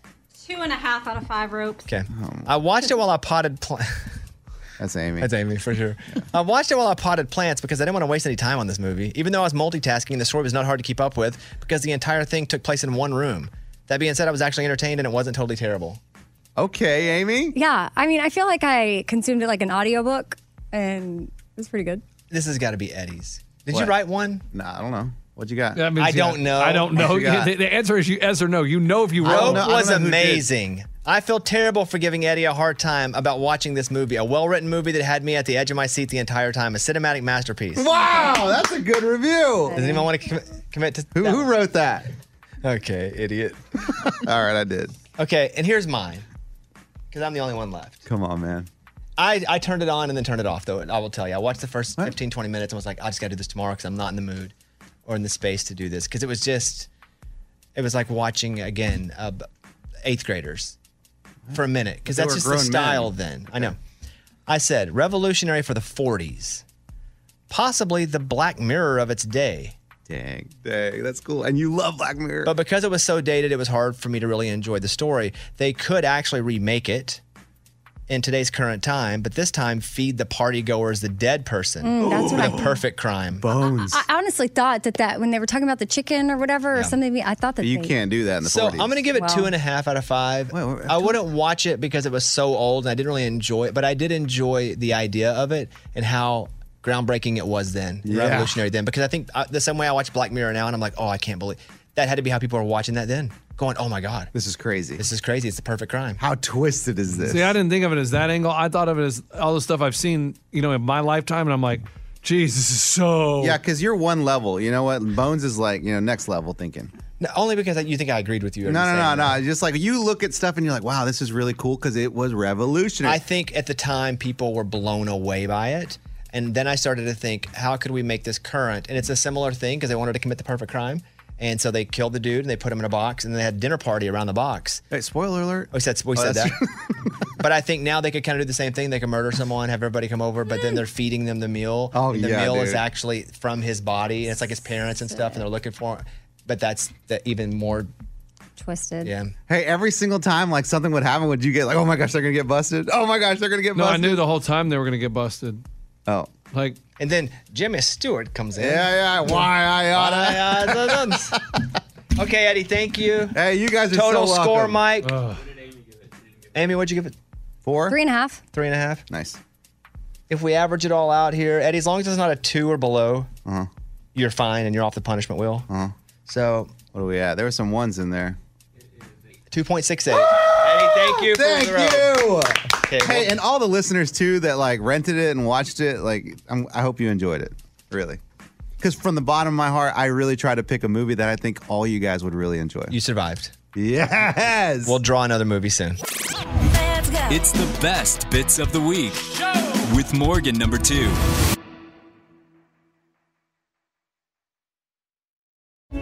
[SPEAKER 17] two and a half out of five ropes.
[SPEAKER 3] Okay. I watched it while I potted. Pl-
[SPEAKER 5] Oh That's Amy.
[SPEAKER 3] That's Amy for sure. I watched it while I potted plants because I didn't want to waste any time on this movie. Even though I was multitasking, the story was not hard to keep up with because the entire thing took place in one room. That being said, I was actually entertained and it wasn't totally terrible.
[SPEAKER 5] Okay, Amy.
[SPEAKER 4] Yeah, I mean, I feel like I consumed it like an audiobook, and it was pretty good.
[SPEAKER 3] This has got to be Eddie's. Did you
[SPEAKER 5] What?
[SPEAKER 3] write one?
[SPEAKER 5] No, I don't know. What you got?
[SPEAKER 6] That means
[SPEAKER 3] I
[SPEAKER 6] you-
[SPEAKER 3] don't know.
[SPEAKER 6] I don't know.
[SPEAKER 3] What you got?
[SPEAKER 6] The, the answer is you yes or no. You know if you wrote.
[SPEAKER 3] Rope was amazing. I feel terrible for giving Eddie a hard time about watching this movie, a well written movie that had me at the edge of my seat the entire time, a cinematic masterpiece.
[SPEAKER 5] Wow, that's a good review.
[SPEAKER 3] Does anyone want to com- commit to
[SPEAKER 5] who, who wrote that?
[SPEAKER 3] Okay, idiot.
[SPEAKER 5] All right, I did.
[SPEAKER 3] Okay, and here's mine because I'm the only one left.
[SPEAKER 5] Come on, man.
[SPEAKER 3] I, I turned it on and then turned it off, though. I will tell you. I watched the first 15, 20 minutes and was like, I just got to do this tomorrow because I'm not in the mood or in the space to do this. Because it was just, it was like watching, again, uh, b- eighth graders for a minute. Because
[SPEAKER 5] But they
[SPEAKER 3] that's
[SPEAKER 5] were
[SPEAKER 3] just the
[SPEAKER 5] grown men.
[SPEAKER 3] style then. I know. I said, revolutionary for the 40s, possibly the Black Mirror of its day.
[SPEAKER 5] Dang, dang, that's cool. And you love Black Mirror.
[SPEAKER 3] But because it was so dated, it was hard for me to really enjoy the story. They could actually remake it in today's current time, but this time feed the party goers the dead person.
[SPEAKER 4] Mm, that's what
[SPEAKER 3] the
[SPEAKER 4] I-
[SPEAKER 3] perfect crime.
[SPEAKER 5] Bones.
[SPEAKER 4] I honestly thought that that when they were talking about the chicken or whatever or something, I thought that they-
[SPEAKER 3] So I'm gonna give it two and a half out of five. I wouldn't watch it because it was so old and I didn't really enjoy it, but I did enjoy the idea of it and how groundbreaking it was then,
[SPEAKER 5] Yeah.
[SPEAKER 3] revolutionary then. Because I think uh, the same way I watch Black Mirror now, and I'm like, oh, I can't believe that had to be how people were watching that then, going, oh my god,
[SPEAKER 5] this is crazy.
[SPEAKER 3] This is crazy. It's the perfect crime.
[SPEAKER 5] How twisted is this?
[SPEAKER 6] See, I didn't think of it as that angle. I thought of it as all the stuff I've seen, you know, in my lifetime, and I'm like, geez, this is so.
[SPEAKER 5] Yeah, because you're one level. You know what? Bones is like, you know, next level thinking.
[SPEAKER 3] No, only because you think I agreed with you.
[SPEAKER 5] No,
[SPEAKER 3] every
[SPEAKER 5] no, no,
[SPEAKER 3] second.
[SPEAKER 5] no. Just like you look at stuff and you're like, wow, this is really cool because it was revolutionary.
[SPEAKER 3] I think at the time people were blown away by it. And then I started to think, how could we make this current? And it's a similar thing because they wanted to commit the perfect crime. And so they killed the dude and they put him in a box and they had a dinner party around the box.
[SPEAKER 5] Hey, spoiler alert.
[SPEAKER 3] We said, we
[SPEAKER 5] Oh,
[SPEAKER 3] said
[SPEAKER 5] that's-
[SPEAKER 3] that. but I think now they could kind of do the same thing. They could murder someone, have everybody come over, but then they're feeding them the meal.
[SPEAKER 5] Oh,
[SPEAKER 3] and the
[SPEAKER 5] yeah,
[SPEAKER 3] meal is
[SPEAKER 5] dude.
[SPEAKER 3] actually from his body. And it's like his parents and stuff and they're looking for him. But that's the even more.
[SPEAKER 4] twisted.
[SPEAKER 3] Yeah.
[SPEAKER 5] Hey, every single time like something would happen, would you get like, oh my gosh, they're gonna get busted? Oh my gosh, they're gonna get
[SPEAKER 6] No, I
[SPEAKER 5] busted.
[SPEAKER 6] knew the whole time they were gonna get busted.
[SPEAKER 5] Oh,
[SPEAKER 6] like
[SPEAKER 3] and then Jimmy Stewart comes in.
[SPEAKER 5] Yeah, yeah. Why I uh,
[SPEAKER 3] Why I
[SPEAKER 5] oughta.
[SPEAKER 3] oughta. okay, Eddie. Thank you.
[SPEAKER 5] Hey, you guys are
[SPEAKER 3] total
[SPEAKER 5] so
[SPEAKER 3] score,
[SPEAKER 5] welcome.
[SPEAKER 3] Mike. Amy, what'd you give it?
[SPEAKER 5] Four.
[SPEAKER 4] Three and a half.
[SPEAKER 3] Three and a half.
[SPEAKER 5] Nice.
[SPEAKER 3] If we average it all out here, Eddie, as long as it's not a two or below, you're fine and you're off the punishment wheel.
[SPEAKER 5] Uh-huh.
[SPEAKER 3] So
[SPEAKER 5] what are we at? There were some ones in there.
[SPEAKER 3] Two point six eight. Eddie, thank you. for
[SPEAKER 5] Thank
[SPEAKER 3] the row.
[SPEAKER 5] you.
[SPEAKER 3] Okay,
[SPEAKER 5] hey,
[SPEAKER 3] well-
[SPEAKER 5] and all the listeners too that like rented it and watched it. Like, I'm, I hope you enjoyed it, really. Because from the bottom of my heart, I really try to pick a movie that I think all you guys would really enjoy. You
[SPEAKER 3] survived.
[SPEAKER 5] Yes.
[SPEAKER 3] We'll draw another movie soon.
[SPEAKER 1] It's the best bits of the week with Morgan number two.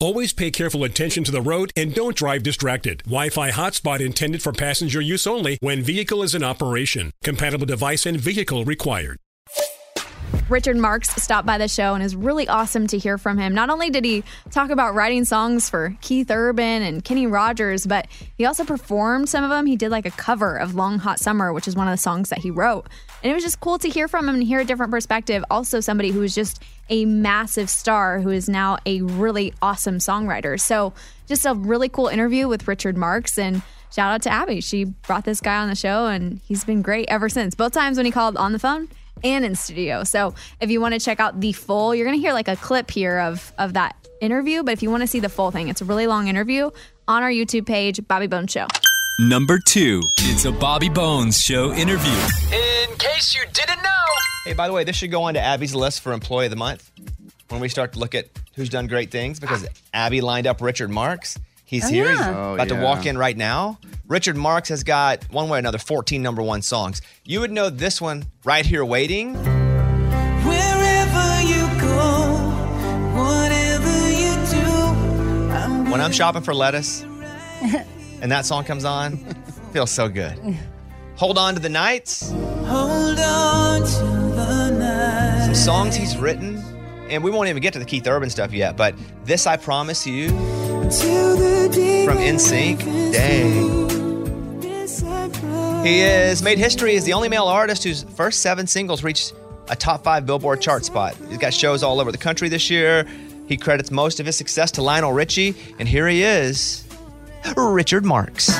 [SPEAKER 12] Always pay careful attention to the road and don't drive distracted. Wi Fi hotspot intended for passenger use only when vehicle is in operation. Compatible device and vehicle required.
[SPEAKER 2] Richard Marks stopped by the show and it was really awesome to hear from him. Not only did he talk about writing songs for Keith Urban and Kenny Rogers, but he also performed some of them. He did like a cover of Long Hot Summer, which is one of the songs that he wrote. And it was just cool to hear from him and hear a different perspective. Also, somebody who was just a massive star who is now a really awesome songwriter. So, just a really cool interview with Richard Marks and shout out to Abby. She brought this guy on the show and he's been great ever since. Both times when he called on the phone and in studio. So if you want to check out the full, you're going to hear like a clip here of of that interview, but if you want to see the full thing, it's a really long interview on our YouTube page, Bobby Bone Show.
[SPEAKER 1] Number two, it's a Bobby Bones show interview.
[SPEAKER 3] In case you didn't know. Hey, by the way, this should go on to Abby's list for Employee of the Month when we start to look at who's done great things because Abby lined up Richard Marks. He's
[SPEAKER 17] Oh,
[SPEAKER 3] here. He's
[SPEAKER 17] yeah. Oh,
[SPEAKER 3] about to walk
[SPEAKER 17] yeah.
[SPEAKER 3] in right now. Richard Marks has got, one way or another, 14 number one songs. You would know this one right here waiting.
[SPEAKER 17] Wherever you go, whatever you do, I'm
[SPEAKER 3] When I'm shopping for lettuce and that song comes on, feels so good. Hold on to the nights.
[SPEAKER 17] hold on to the night.
[SPEAKER 3] some songs he's written, and we won't even get to the Keith Urban stuff yet, but this I promise you from NSYNC. Dang. He has made history as the only male artist whose first seven singles reached a top five Billboard chart spot. He's got shows all over the country this year. He credits most of his success to Lionel Richie, and here he is, Richard Marks.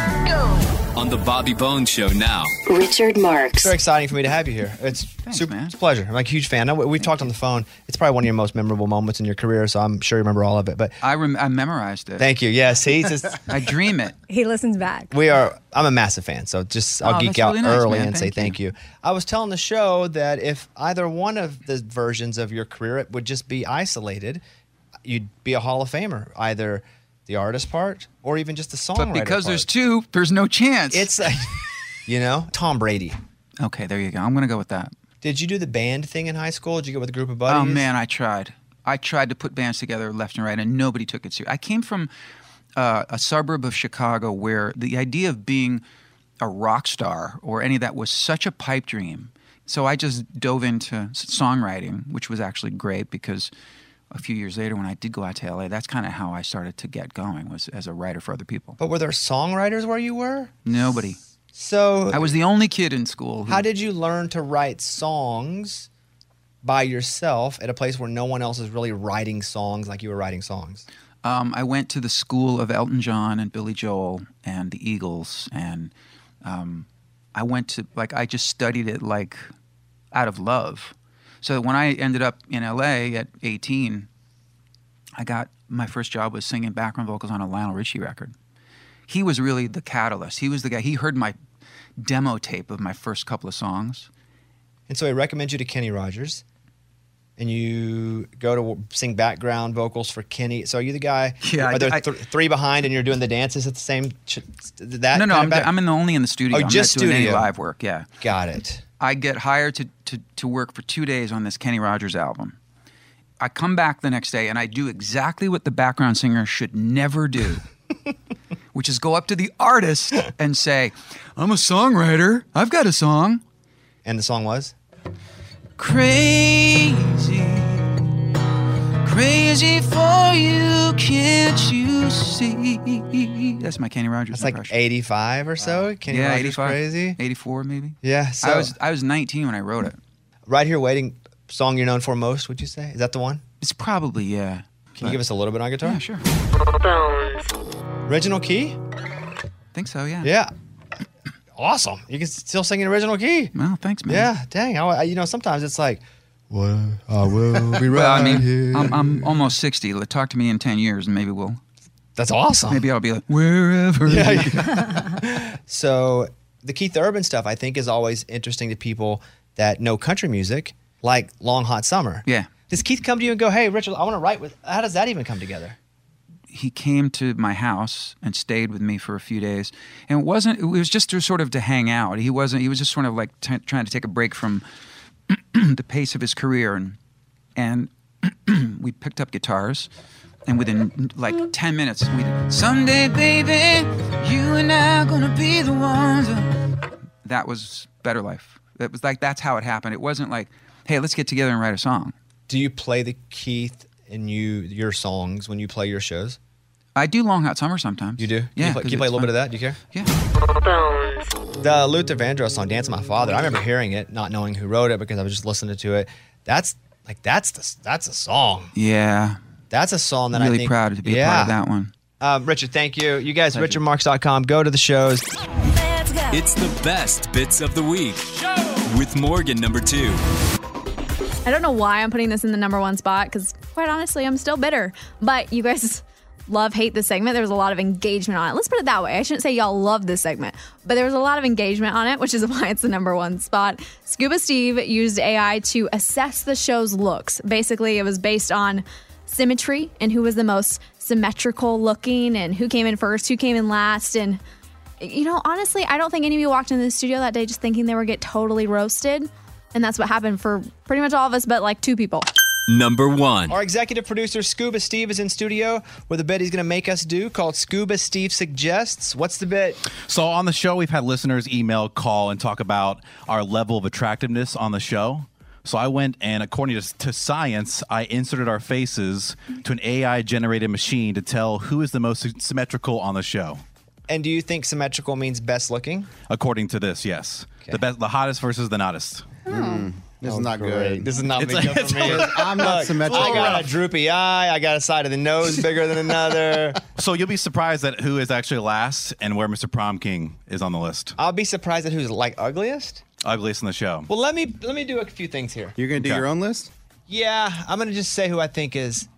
[SPEAKER 1] On the Bobby Bones show now.
[SPEAKER 3] Richard Marks. It's very exciting for me to have you here. It's super, it's a pleasure. I'm a huge fan. I, we've talked on the phone. It's probably one of your most memorable moments in your career, so I'm sure you remember all of it. But
[SPEAKER 18] I, rem- I memorized it.
[SPEAKER 3] Thank you. Yes, he's just.
[SPEAKER 18] I dream it.
[SPEAKER 4] He listens back.
[SPEAKER 3] We are. Oh, I'm a massive fan, so just I'll
[SPEAKER 18] Oh,
[SPEAKER 3] geek
[SPEAKER 18] that's
[SPEAKER 3] out
[SPEAKER 18] really nice,
[SPEAKER 3] early
[SPEAKER 18] man.
[SPEAKER 3] and say thank
[SPEAKER 18] Thank
[SPEAKER 3] you. I was telling the show that if either one of the versions of your career it would just be isolated, you'd be a Hall of Famer, either the artist part or even just the songwriter.
[SPEAKER 18] But because there's
[SPEAKER 3] part.
[SPEAKER 18] two, there's no chance.
[SPEAKER 3] It's like, you know, Tom Brady.
[SPEAKER 18] Okay, there you go. I'm gonna go with that.
[SPEAKER 3] Did you do the band thing in high school? Did you go with a group of buddies?
[SPEAKER 18] Oh man, I tried. I tried to put bands together left and right, and nobody took it seriously. I came from uh, a suburb of Chicago where the idea of being a rock star or any of that was such a pipe dream. So I just dove into s- songwriting, which was actually great because a few years later, when I did go out to LA, that's kind of how I started to get going was as a writer for other people.
[SPEAKER 3] But were there songwriters where you were?
[SPEAKER 18] Nobody.
[SPEAKER 3] So
[SPEAKER 18] I was the only kid in school. Who,
[SPEAKER 3] How did you learn to write songs by yourself at a place where no one else is really writing songs like you were writing songs?
[SPEAKER 18] um, I went to the school of Elton John and Billy Joel and the Eagles, and um, I went to like I just studied it like out of love. So when I ended up in LA at 18, I got my first job was singing background vocals on a Lionel Richie record. He was really the catalyst. He was the guy. He heard my demo tape of my first couple of songs.
[SPEAKER 3] And so I recommend you to Kenny Rogers. And you go to sing background vocals for Kenny. So are you the guy?
[SPEAKER 18] Yeah, I
[SPEAKER 3] Are there
[SPEAKER 18] d- I-
[SPEAKER 3] th- three behind, and you're doing the dances at the same? Ch- that
[SPEAKER 18] no, no,
[SPEAKER 3] kind
[SPEAKER 18] I'm,
[SPEAKER 3] of
[SPEAKER 18] d-
[SPEAKER 3] back-
[SPEAKER 18] I'm in the, only in the studio.
[SPEAKER 3] Oh,
[SPEAKER 18] I'm not
[SPEAKER 3] just
[SPEAKER 18] doing any
[SPEAKER 3] studio.
[SPEAKER 18] live work. Yeah,
[SPEAKER 3] got it.
[SPEAKER 18] I get hired to, to to work for two days on this Kenny Rogers album. I come back the next day and I do exactly what the background singer should never do, which is go up to the artist and say, "I'm a songwriter. I've got a song."
[SPEAKER 3] And the song was
[SPEAKER 18] crazy, crazy for you. Can't you see? That's my Kenny Rogers.
[SPEAKER 3] That's like 85 or so. Kenny
[SPEAKER 18] yeah,
[SPEAKER 3] Rogers
[SPEAKER 18] 85,
[SPEAKER 3] crazy.
[SPEAKER 18] 84 maybe.
[SPEAKER 3] Yeah, so-
[SPEAKER 18] I was I was 19 when I wrote it.
[SPEAKER 3] Right here waiting. Song you're known for most? Would you say is that the one?
[SPEAKER 18] It's probably yeah.
[SPEAKER 3] Can you give us a little bit on guitar?
[SPEAKER 18] Yeah, sure.
[SPEAKER 3] Original key?
[SPEAKER 18] Think so, yeah.
[SPEAKER 3] Yeah. Awesome. You can still sing in original key.
[SPEAKER 18] Well, thanks, man.
[SPEAKER 3] Yeah, dang. I, I- you know, sometimes it's like, what? I will be right
[SPEAKER 18] well, I mean,
[SPEAKER 3] here.
[SPEAKER 18] I'm, I'm almost 60. Like, Talk to me in 10 years, and maybe we'll.
[SPEAKER 3] That's awesome.
[SPEAKER 18] Maybe I'll be like wherever.
[SPEAKER 3] Yeah,
[SPEAKER 18] you
[SPEAKER 3] So the Keith Urban stuff, I think, is always interesting to people that know country music, like Long Hot Summer.
[SPEAKER 18] Yeah.
[SPEAKER 3] Does Keith come to you and go, hey, Richard, I want to write with, how does that even come together?
[SPEAKER 18] he came to my house and stayed with me for a few days and it wasn't it was just to sort of to hang out he wasn't he was just sort of like t- trying to take a break from the pace of his career and and we picked up guitars and within like 10 minutes we did, someday baby you and i gonna be the ones that was better life that was like that's how it happened it wasn't like hey, let's get together and write a song.
[SPEAKER 3] Do you play the Keith in you your songs when you play your shows?
[SPEAKER 18] I do Long Hot Summer sometimes.
[SPEAKER 3] You do? Can
[SPEAKER 18] Yeah,
[SPEAKER 3] You play, can
[SPEAKER 18] 'cause
[SPEAKER 3] you play a
[SPEAKER 18] it's
[SPEAKER 3] little bit of
[SPEAKER 18] fun.
[SPEAKER 3] that? Do you care?
[SPEAKER 18] Yeah.
[SPEAKER 3] The Luther Vandross song, "Dance with My Father." I remember hearing it, not knowing who wrote it because I was just listening to it. That's like that's the, that's a song.
[SPEAKER 18] Yeah.
[SPEAKER 3] That's a song that
[SPEAKER 18] really
[SPEAKER 3] I think,
[SPEAKER 18] proud to be
[SPEAKER 3] yeah.
[SPEAKER 18] a part of that one.
[SPEAKER 3] Um, Richard, thank you. You guys,
[SPEAKER 18] Pleasure.
[SPEAKER 3] richardmarks.com. Go to the shows.
[SPEAKER 1] It's the best bits of the week with Morgan number two.
[SPEAKER 2] I don't know why I'm putting this in the number one spot because, quite honestly, I'm still bitter. But you guys love hate this segment. There was a lot of engagement on it. Let's put it that way. I shouldn't say y'all love this segment, but there was a lot of engagement on it, which is why it's the number one spot. Scuba Steve used AI to assess the show's looks. Basically, it was based on symmetry and who was the most symmetrical looking and who came in first, who came in last, and you know, honestly, I don't think any of you walked into the studio that day just thinking they were get totally roasted. And that's what happened for pretty much all of us, but like two people.
[SPEAKER 1] Number one.
[SPEAKER 3] Our executive producer, Scuba Steve, is in studio with a bit he's going to make us do called Scuba Steve Suggests. What's the bit?
[SPEAKER 11] So on the show, we've had listeners email, call, and talk about our level of attractiveness on the show. So I went and, according to, to science, I inserted our faces to an AI-generated machine to tell who is the most symmetrical on the show.
[SPEAKER 3] And do you think symmetrical means best looking?
[SPEAKER 11] According to this, yes, the best, the hottest versus the hottest.
[SPEAKER 5] Hmm. This is not
[SPEAKER 3] Oh, Great. This is not
[SPEAKER 11] It's-
[SPEAKER 3] me. Good
[SPEAKER 11] it's
[SPEAKER 3] for me.
[SPEAKER 11] all- I'm not
[SPEAKER 3] Look,
[SPEAKER 11] symmetrical.
[SPEAKER 3] I got a droopy eye. I got a side of the nose bigger than another.
[SPEAKER 11] So you'll be surprised at who is actually last and where Mr. Prom King is on the list.
[SPEAKER 3] I'll be surprised at who's like ugliest.
[SPEAKER 11] Ugliest in the show.
[SPEAKER 3] Well, let me let me do a few things here.
[SPEAKER 11] You're gonna
[SPEAKER 5] do your own list?
[SPEAKER 3] Yeah, I'm gonna just say who I think is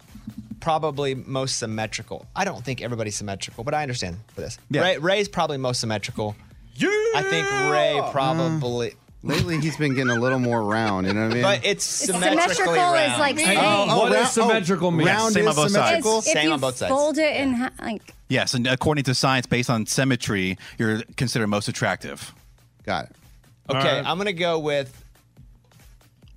[SPEAKER 3] probably most symmetrical. I don't think everybody's symmetrical, but I understand for this. Ray, Ray's probably most symmetrical. Yeah. I think Ray probably.
[SPEAKER 5] Lately, he's been getting a little more round. You know
[SPEAKER 11] Mm.
[SPEAKER 5] what I mean? Oh,
[SPEAKER 3] But it's symmetrically
[SPEAKER 4] symmetrical is
[SPEAKER 3] round. oh,
[SPEAKER 4] like Hey, same. what does
[SPEAKER 11] symmetrical mean?
[SPEAKER 5] Round
[SPEAKER 11] Same
[SPEAKER 5] is
[SPEAKER 11] on both sides.
[SPEAKER 5] symmetrical.
[SPEAKER 11] Cool.
[SPEAKER 4] If
[SPEAKER 11] Same
[SPEAKER 4] you
[SPEAKER 11] on both sides.
[SPEAKER 4] Fold it in ha- like
[SPEAKER 11] Yes, and according to science, based on symmetry, you're considered most attractive.
[SPEAKER 5] Got it.
[SPEAKER 3] Okay, I'm gonna go with.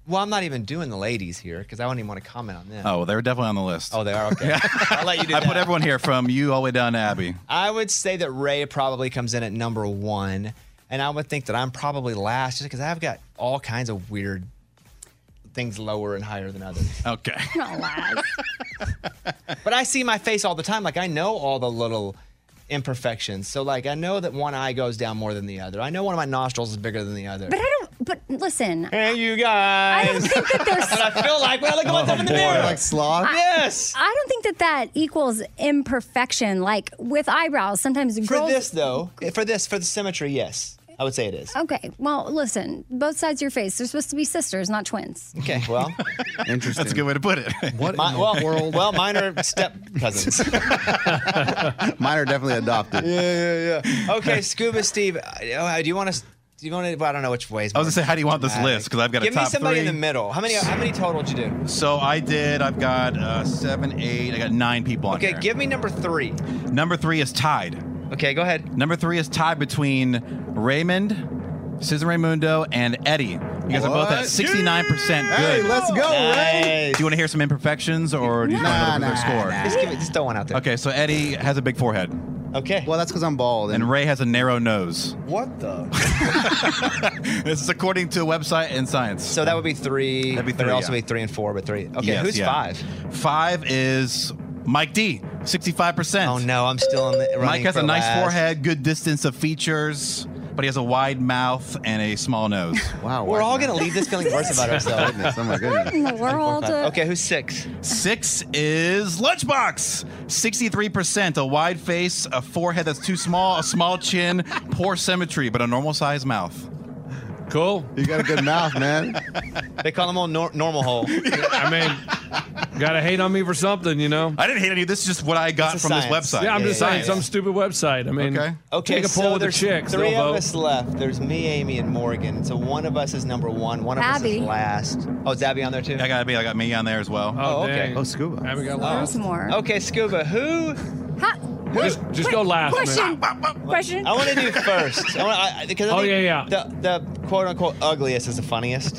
[SPEAKER 3] Well, I'm not even doing the ladies here because I don't even want to comment on them.
[SPEAKER 11] Oh, well, they're definitely on the list. Oh,
[SPEAKER 3] they are. Okay, I'll let you do
[SPEAKER 11] I
[SPEAKER 3] that.
[SPEAKER 11] put everyone here from you all the way down to Abby.
[SPEAKER 3] I would say that Ray probably comes in at number one, and I would think that I'm probably last just because I've got all kinds of weird things lower and higher than others.
[SPEAKER 11] Okay.
[SPEAKER 3] but I see my face all the time. Like I know all the little imperfections. So like I know that one eye goes down more than the other. I know one of my nostrils is bigger than the other.
[SPEAKER 4] But I don't. But listen.
[SPEAKER 3] Hey, you guys.
[SPEAKER 4] I don't think that there's.
[SPEAKER 3] but I feel like when I look at myself in
[SPEAKER 7] Oh,
[SPEAKER 3] the mirror, like
[SPEAKER 5] sloth.
[SPEAKER 3] yes.
[SPEAKER 4] I don't think that that equals imperfection. Like with eyebrows, sometimes
[SPEAKER 3] For
[SPEAKER 4] girls.
[SPEAKER 3] this though, for this for the symmetry, yes, I would say it is.
[SPEAKER 4] Okay. Well, listen. Both sides of your face. They're supposed to be sisters, not twins.
[SPEAKER 3] Okay, well,
[SPEAKER 5] interesting.
[SPEAKER 11] That's a good way to put it.
[SPEAKER 5] What
[SPEAKER 3] my, well, well, mine are step cousins.
[SPEAKER 5] Mine are definitely adopted.
[SPEAKER 3] yeah, yeah, yeah. Okay, Scuba Steve, uh, do you want to? Do you want to? Well, I don't know which ways.
[SPEAKER 11] I was gonna say, how do you want this list? Because I've got
[SPEAKER 3] Give
[SPEAKER 11] a top
[SPEAKER 3] me somebody
[SPEAKER 11] three.
[SPEAKER 3] in the middle. How many? How many total did you do?
[SPEAKER 11] So I did. I've got uh, seven, eight. I got nine people on
[SPEAKER 3] Okay,
[SPEAKER 11] here.
[SPEAKER 3] give me number three.
[SPEAKER 11] Number three is tied.
[SPEAKER 3] Okay, go ahead.
[SPEAKER 11] Number three is tied between Raymond, Cesar Raimundo, and Eddie. You guys are both at
[SPEAKER 5] What?
[SPEAKER 11] 69%
[SPEAKER 5] Hey,
[SPEAKER 11] good.
[SPEAKER 5] let's go, Ray.
[SPEAKER 11] Do you want to hear some imperfections or do you
[SPEAKER 5] Nah,
[SPEAKER 11] want to
[SPEAKER 5] nah,
[SPEAKER 11] their score?
[SPEAKER 5] nah.
[SPEAKER 3] Just, give it, just throw one out there.
[SPEAKER 11] Okay, so Eddie has a big forehead.
[SPEAKER 3] Okay.
[SPEAKER 5] Well, that's because I'm bald.
[SPEAKER 11] And Ray has a narrow nose.
[SPEAKER 3] What the?
[SPEAKER 11] This is according to a website and science. So
[SPEAKER 3] that would be three.
[SPEAKER 11] That'd be
[SPEAKER 3] There'd
[SPEAKER 11] three.
[SPEAKER 3] also
[SPEAKER 11] yeah.
[SPEAKER 3] be three and four, but three. Okay,
[SPEAKER 11] Yes,
[SPEAKER 3] who's
[SPEAKER 11] yeah.
[SPEAKER 3] five?
[SPEAKER 11] Five is Mike D, 65%. Oh,
[SPEAKER 3] no, I'm still in the
[SPEAKER 11] Mike
[SPEAKER 3] running
[SPEAKER 11] has
[SPEAKER 3] for
[SPEAKER 11] a nice
[SPEAKER 3] last.
[SPEAKER 11] forehead, good distance of features, but he has a wide mouth and a small nose.
[SPEAKER 5] wow.
[SPEAKER 3] We're all gonna leave this feeling worse about ourselves.
[SPEAKER 5] oh my goodness.
[SPEAKER 4] In the world. uh,
[SPEAKER 3] Okay, who's six?
[SPEAKER 11] Six is Lunchbox. 63%, a wide face, a forehead that's too small, a small chin, poor symmetry, but a normal size mouth.
[SPEAKER 6] Cool.
[SPEAKER 5] You got a good mouth, man.
[SPEAKER 3] They call him on nor- normal hole.
[SPEAKER 6] I
[SPEAKER 3] uh,
[SPEAKER 6] mean, gotta hate on me for something, you know.
[SPEAKER 11] I didn't hate on you. This is just what I got from this website.
[SPEAKER 6] Yeah, I'm
[SPEAKER 11] Yeah,
[SPEAKER 6] just
[SPEAKER 11] yeah,
[SPEAKER 6] saying
[SPEAKER 11] yeah.
[SPEAKER 6] some stupid website. I mean,
[SPEAKER 11] Okay.
[SPEAKER 3] Okay,
[SPEAKER 6] take a poll
[SPEAKER 3] so
[SPEAKER 6] with the
[SPEAKER 3] there's
[SPEAKER 6] chicks.
[SPEAKER 3] Three
[SPEAKER 6] they'll
[SPEAKER 3] of
[SPEAKER 6] vote.
[SPEAKER 3] us left. There's me, Amy, and Morgan. So one of us is number one. One of us
[SPEAKER 4] Abby.
[SPEAKER 3] is last. Oh, is Abby on there too?
[SPEAKER 11] I got to be. I got me on there as well.
[SPEAKER 3] Oh, okay.
[SPEAKER 5] Oh, scuba.
[SPEAKER 4] There's more.
[SPEAKER 3] Okay, scuba. Who?
[SPEAKER 6] Just, just go last.
[SPEAKER 4] Question. Question.
[SPEAKER 3] I want to do first. I want because I,
[SPEAKER 6] Oh,
[SPEAKER 3] think
[SPEAKER 6] yeah,
[SPEAKER 3] The, the quote unquote ugliest is the funniest.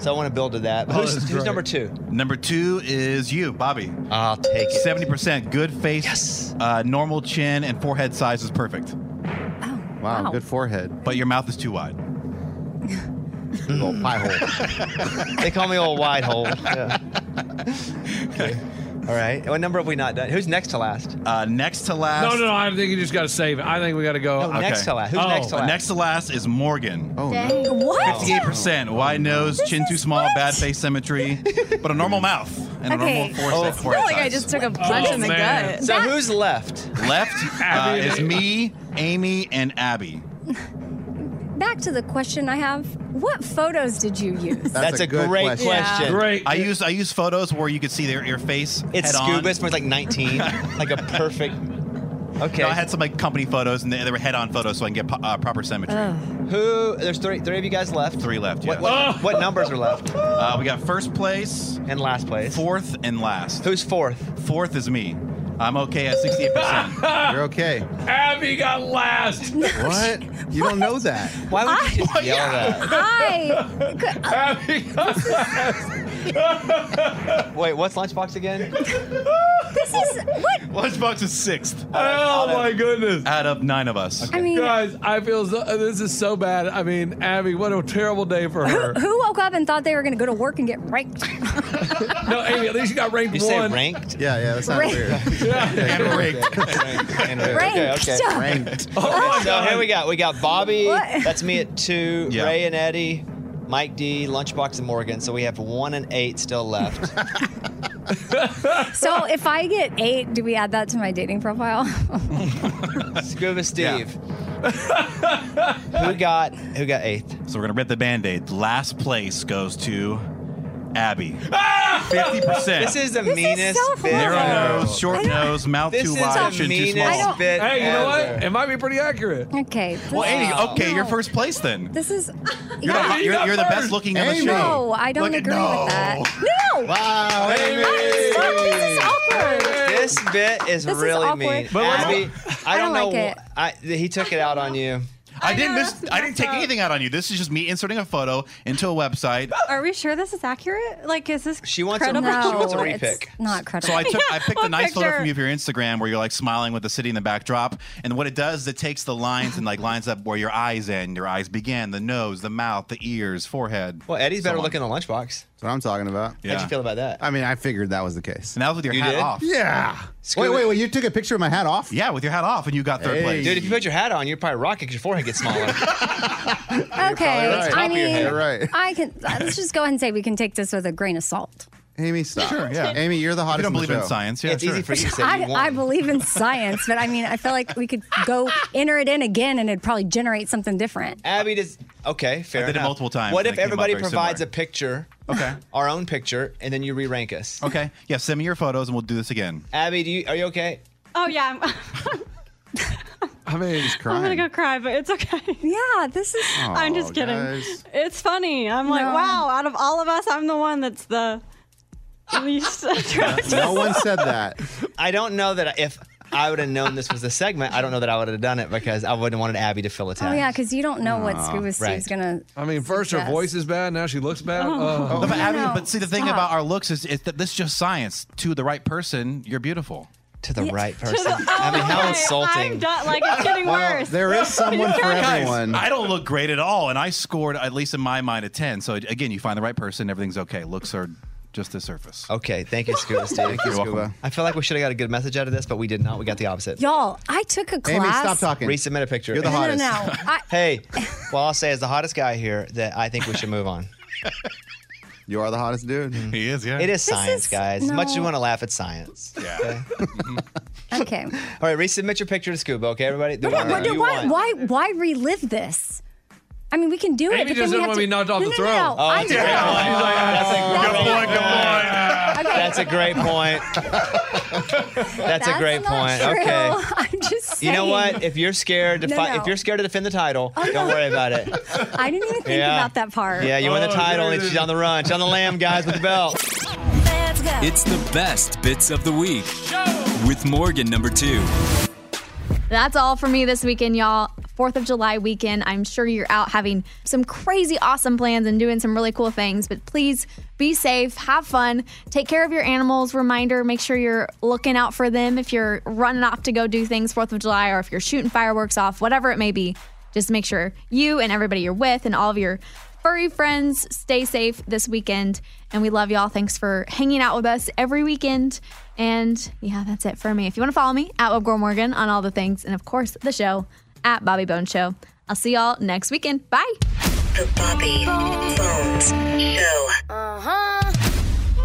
[SPEAKER 3] so I want to build to that.
[SPEAKER 6] Oh,
[SPEAKER 3] who's
[SPEAKER 11] that's
[SPEAKER 3] who's
[SPEAKER 11] right.
[SPEAKER 3] number two?
[SPEAKER 11] Number two is you, Bobby.
[SPEAKER 3] I'll take it.
[SPEAKER 11] 70%, good face, uh, normal chin, and forehead size is perfect.
[SPEAKER 5] Wow,
[SPEAKER 4] oh, Wow.
[SPEAKER 5] good forehead.
[SPEAKER 11] But your mouth is too wide.
[SPEAKER 5] Little pie hole.
[SPEAKER 3] they call me old wide hole. Okay. All right. What number have we not done? Who's next to last?
[SPEAKER 11] Uh, next to last.
[SPEAKER 6] No, no, no. I think you just got to save it. I think we got to go.
[SPEAKER 11] Okay. Oh, Next to last is Morgan. Oh,
[SPEAKER 6] Dang. no. What?
[SPEAKER 5] Oh.
[SPEAKER 11] 58%. Wide nose, chin too small, bad face symmetry, but a normal mouth and
[SPEAKER 16] Okay.
[SPEAKER 11] a
[SPEAKER 3] Oh,
[SPEAKER 11] normal
[SPEAKER 16] I
[SPEAKER 11] force.
[SPEAKER 16] feel like I just
[SPEAKER 6] Oh,
[SPEAKER 16] took a punch in the gut.
[SPEAKER 3] So who's left?
[SPEAKER 11] Left uh,
[SPEAKER 3] Abby and
[SPEAKER 11] is
[SPEAKER 3] Amy.
[SPEAKER 11] me, Amy, and Abby.
[SPEAKER 4] Back to the question I have. What photos did you use?
[SPEAKER 11] I use I use photos where you could see their your face.
[SPEAKER 3] It's
[SPEAKER 11] head
[SPEAKER 3] scuba,
[SPEAKER 11] On.
[SPEAKER 3] it's like 19, like a perfect. Okay.
[SPEAKER 11] No, I had some like company photos and they, they were head on photos so I can get po- uh, proper symmetry.
[SPEAKER 3] Who? There's three. Three of you guys left.
[SPEAKER 11] Three left.
[SPEAKER 3] What,
[SPEAKER 11] yes.
[SPEAKER 3] what, what numbers are left?
[SPEAKER 11] Uh, we got first place
[SPEAKER 3] and last place.
[SPEAKER 11] Fourth and last.
[SPEAKER 3] Who's fourth?
[SPEAKER 11] Fourth is me. I'm okay at 68%.
[SPEAKER 5] You're okay.
[SPEAKER 6] Abby got last.
[SPEAKER 5] What? You don't know that.
[SPEAKER 3] Why would you just
[SPEAKER 5] yell
[SPEAKER 4] I.
[SPEAKER 6] Abby got
[SPEAKER 3] last. Wait, what's lunchbox again?
[SPEAKER 4] This is what?
[SPEAKER 11] Lunchbox is sixth.
[SPEAKER 6] Oh my goodness!
[SPEAKER 11] Out of nine of us.
[SPEAKER 4] I mean-
[SPEAKER 6] guys, I feel so, this is so bad. I mean, Abby, what a terrible day for her.
[SPEAKER 4] Who woke up and thought they were going to go to work and get raped?
[SPEAKER 6] no, Amy, at least you got ranked
[SPEAKER 3] You
[SPEAKER 6] one.
[SPEAKER 3] say ranked?
[SPEAKER 5] Yeah, yeah, that's
[SPEAKER 4] not Ranked. weird.
[SPEAKER 6] yeah.
[SPEAKER 11] And ranked.
[SPEAKER 3] Ranked. Okay, okay.
[SPEAKER 5] Ranked.
[SPEAKER 16] Oh,
[SPEAKER 3] so here we got we got Bobby. That's me at two.
[SPEAKER 11] Yeah.
[SPEAKER 3] Ray and Eddie, Mike D, Lunchbox and Morgan. So we have one and eight still left.
[SPEAKER 4] so if I get eight, do we add that to my dating profile?
[SPEAKER 3] Scuba Steve. who got who got eighth?
[SPEAKER 11] So we're gonna rip the band-aid. Last place goes to Abby. Fifty percent.
[SPEAKER 3] This is the This is meanest so bit
[SPEAKER 11] Narrow
[SPEAKER 3] horrible.
[SPEAKER 11] nose, short nose, mouth
[SPEAKER 3] This
[SPEAKER 11] too
[SPEAKER 3] is
[SPEAKER 11] wide,
[SPEAKER 3] the
[SPEAKER 11] chin too
[SPEAKER 3] meanest
[SPEAKER 11] small.
[SPEAKER 3] bit
[SPEAKER 6] Hey, you know what? It might be pretty accurate.
[SPEAKER 4] okay.
[SPEAKER 11] Well,
[SPEAKER 4] this-
[SPEAKER 11] Amy, okay, you're first place then.
[SPEAKER 4] This is.
[SPEAKER 11] You're,
[SPEAKER 4] Yeah.
[SPEAKER 11] the, you're, you're the best looking of the show.
[SPEAKER 4] No, I don't agree with that. No.
[SPEAKER 3] Wow, Amy.
[SPEAKER 4] This is awkward.
[SPEAKER 3] This bit is
[SPEAKER 4] This is
[SPEAKER 3] really
[SPEAKER 4] awkward.
[SPEAKER 3] mean.
[SPEAKER 4] But what-
[SPEAKER 3] Abby, I
[SPEAKER 4] I
[SPEAKER 3] don't,
[SPEAKER 4] don't
[SPEAKER 3] know.
[SPEAKER 4] like
[SPEAKER 3] wh- I, he took it out on you.
[SPEAKER 11] I, didn't miss, I didn't take anything out on you. This is just me inserting a photo into a website.
[SPEAKER 19] Are we sure this is accurate? Like, is this
[SPEAKER 3] she
[SPEAKER 11] wants a-
[SPEAKER 19] credible?
[SPEAKER 11] she wants a No, it's repick.
[SPEAKER 4] Not
[SPEAKER 11] So I took I picked a nice photo
[SPEAKER 19] picture?
[SPEAKER 11] from you of your Instagram where you're like smiling with the city in the backdrop, and what it does is it takes the lines and like lines up where your eyes end, your eyes begin, the nose, the mouth, the ears, forehead.
[SPEAKER 3] Well, Eddie's better looking than Lunchbox.
[SPEAKER 5] That's what I'm talking about.
[SPEAKER 11] Yeah. How'd you feel
[SPEAKER 3] about that?
[SPEAKER 5] I mean, I figured that was the case.
[SPEAKER 11] And that was with your
[SPEAKER 5] You
[SPEAKER 11] hat
[SPEAKER 5] did?
[SPEAKER 11] off.
[SPEAKER 5] Yeah.
[SPEAKER 3] Scuba-
[SPEAKER 5] Wait, wait, wait. You took a picture of my hat off?
[SPEAKER 11] Yeah, with your hat off, and you got
[SPEAKER 3] Hey. Dude, if you put your hat on, you're probably rocket because your forehead gets smaller.
[SPEAKER 4] Okay.
[SPEAKER 3] probably right.
[SPEAKER 4] I
[SPEAKER 3] Top of your
[SPEAKER 4] mean,
[SPEAKER 3] head. Right.
[SPEAKER 4] I can. uh, Let's just go ahead and say we can take this with a grain of salt.
[SPEAKER 5] Amy, stop. Sure, yeah. Amy, you're the hottest.
[SPEAKER 11] don't
[SPEAKER 5] in the
[SPEAKER 11] believe in
[SPEAKER 5] show.
[SPEAKER 11] science, yeah, It's sure. easy for you to say
[SPEAKER 4] I, I believe in science, but I mean, I feel like we could go enter it in again, and it'd probably generate something different.
[SPEAKER 3] Abby does. Okay, fair.
[SPEAKER 11] I did it
[SPEAKER 3] enough.
[SPEAKER 11] multiple times,
[SPEAKER 3] What
[SPEAKER 11] and
[SPEAKER 3] if
[SPEAKER 11] it came out
[SPEAKER 3] everybody
[SPEAKER 11] very
[SPEAKER 3] provides a picture?
[SPEAKER 11] Okay.
[SPEAKER 3] Our own picture, and then you re rank us.
[SPEAKER 11] Okay. Yeah, send me your photos and we'll do this again.
[SPEAKER 3] Abby, do you are you okay?
[SPEAKER 19] Oh yeah, I'm,
[SPEAKER 5] I mean, he's
[SPEAKER 19] I'm gonna go cry, but it's okay.
[SPEAKER 4] Yeah, this is.
[SPEAKER 19] I'm just kidding.
[SPEAKER 5] guys.
[SPEAKER 19] It's funny. I'm like,
[SPEAKER 4] No.
[SPEAKER 19] wow. Out of all of us, I'm the one that's the least attractive.
[SPEAKER 5] said that.
[SPEAKER 3] I don't know that if I would have known this was the segment, I don't know that I would have done it because I wouldn't have wanted Abby to fill a
[SPEAKER 4] Oh
[SPEAKER 3] time.
[SPEAKER 4] yeah, because you don't know what
[SPEAKER 3] Aw,
[SPEAKER 4] Scuba Steve's
[SPEAKER 3] right.
[SPEAKER 4] gonna.
[SPEAKER 6] I mean, first her
[SPEAKER 4] Success.
[SPEAKER 6] voice is bad. Now she looks
[SPEAKER 19] Oh.
[SPEAKER 6] bad. Oh.
[SPEAKER 11] No, but, Abby,
[SPEAKER 4] No,
[SPEAKER 11] but see, the thing
[SPEAKER 4] stop.
[SPEAKER 11] about our looks is, is that this is just science. To the right person, you're beautiful.
[SPEAKER 3] To the right
[SPEAKER 11] person.
[SPEAKER 3] I mean, how insulting.
[SPEAKER 19] I'm done. Like it's getting worse.
[SPEAKER 11] Guys, I don't look great at all, and I scored at least in my mind a ten. So again, you find the right person, everything's okay. Looks are just the surface.
[SPEAKER 3] Okay, thank you, Scuba Steve.
[SPEAKER 11] Thank you,
[SPEAKER 3] You're
[SPEAKER 11] Scuba.
[SPEAKER 3] welcome. I feel like we should have got a good message out of this, but we did not. We got the opposite.
[SPEAKER 4] Y'all, I took a class.
[SPEAKER 3] Resubmit a picture.
[SPEAKER 4] You're the No, no, hottest. no, I-
[SPEAKER 3] hey, well, I'll say as the hottest guy here that I think we should move on.
[SPEAKER 5] You are the hottest dude.
[SPEAKER 11] He is, yeah.
[SPEAKER 3] It is
[SPEAKER 4] This
[SPEAKER 3] science,
[SPEAKER 4] is-
[SPEAKER 3] guys. As much as you
[SPEAKER 4] no.
[SPEAKER 3] want to laugh at science. Yeah.
[SPEAKER 4] Okay.
[SPEAKER 3] All right, resubmit your picture to Scuba, okay, everybody? The
[SPEAKER 4] But
[SPEAKER 3] one
[SPEAKER 4] why,
[SPEAKER 3] that you
[SPEAKER 4] why,
[SPEAKER 3] want.
[SPEAKER 4] why, why relive this? I mean, we can do it.
[SPEAKER 6] Amy
[SPEAKER 4] but
[SPEAKER 6] just
[SPEAKER 4] then we
[SPEAKER 6] doesn't
[SPEAKER 4] have
[SPEAKER 6] want
[SPEAKER 4] to
[SPEAKER 6] to be knocked off
[SPEAKER 4] no,
[SPEAKER 6] the
[SPEAKER 4] no,
[SPEAKER 6] throne.
[SPEAKER 4] No, no. I
[SPEAKER 3] that's a great
[SPEAKER 4] know.
[SPEAKER 3] point. That's a great point. That's
[SPEAKER 4] That's a-
[SPEAKER 3] a great point. That's a great point.
[SPEAKER 4] That's not
[SPEAKER 3] Okay.
[SPEAKER 4] true. I'm just
[SPEAKER 3] You
[SPEAKER 4] saying.
[SPEAKER 3] know what? If you're scared to
[SPEAKER 4] No,
[SPEAKER 3] fi-
[SPEAKER 4] no.
[SPEAKER 3] if you're scared to defend the title, don't worry about it.
[SPEAKER 4] I didn't even think
[SPEAKER 3] Yeah.
[SPEAKER 4] about that part.
[SPEAKER 3] Yeah, you win the title and she's on the run. She's on the lamb, guys, with the belt.
[SPEAKER 1] It's the best bits of the week with Morgan number two.
[SPEAKER 2] That's all for me this weekend, y'all. 4th of July weekend. I'm sure you're out having some crazy awesome plans and doing some really cool things, but please be safe, have fun, take care of your animals. Reminder make sure you're looking out for them if you're running off to go do things 4th of July or if you're shooting fireworks off, whatever it may be. Just make sure you and everybody you're with and all of your furry friends, stay safe this weekend. And we love y'all. Thanks for hanging out with us every weekend. And yeah, that's it for me. If you want to follow me at Webgirl Morgan on all the things, and of course, the show at Bobby Bone Show. I'll see y'all next weekend. Bye. The Bobby Bones Show. Uh huh.
[SPEAKER 17] Uh-huh.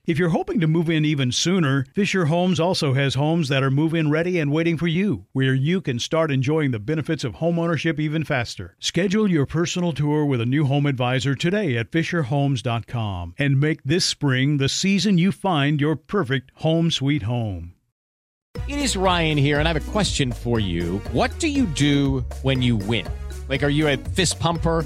[SPEAKER 20] If you're hoping to move in even sooner, Fisher Homes also has homes that are move in ready and waiting for you, where you can start enjoying the benefits of homeownership even faster. Schedule your personal tour with a new home advisor today at FisherHomes.com and make this spring the season you find your perfect home sweet home.
[SPEAKER 21] It is Ryan here, and I have a question for you. What do you do when you win? Like, are you a fist pumper?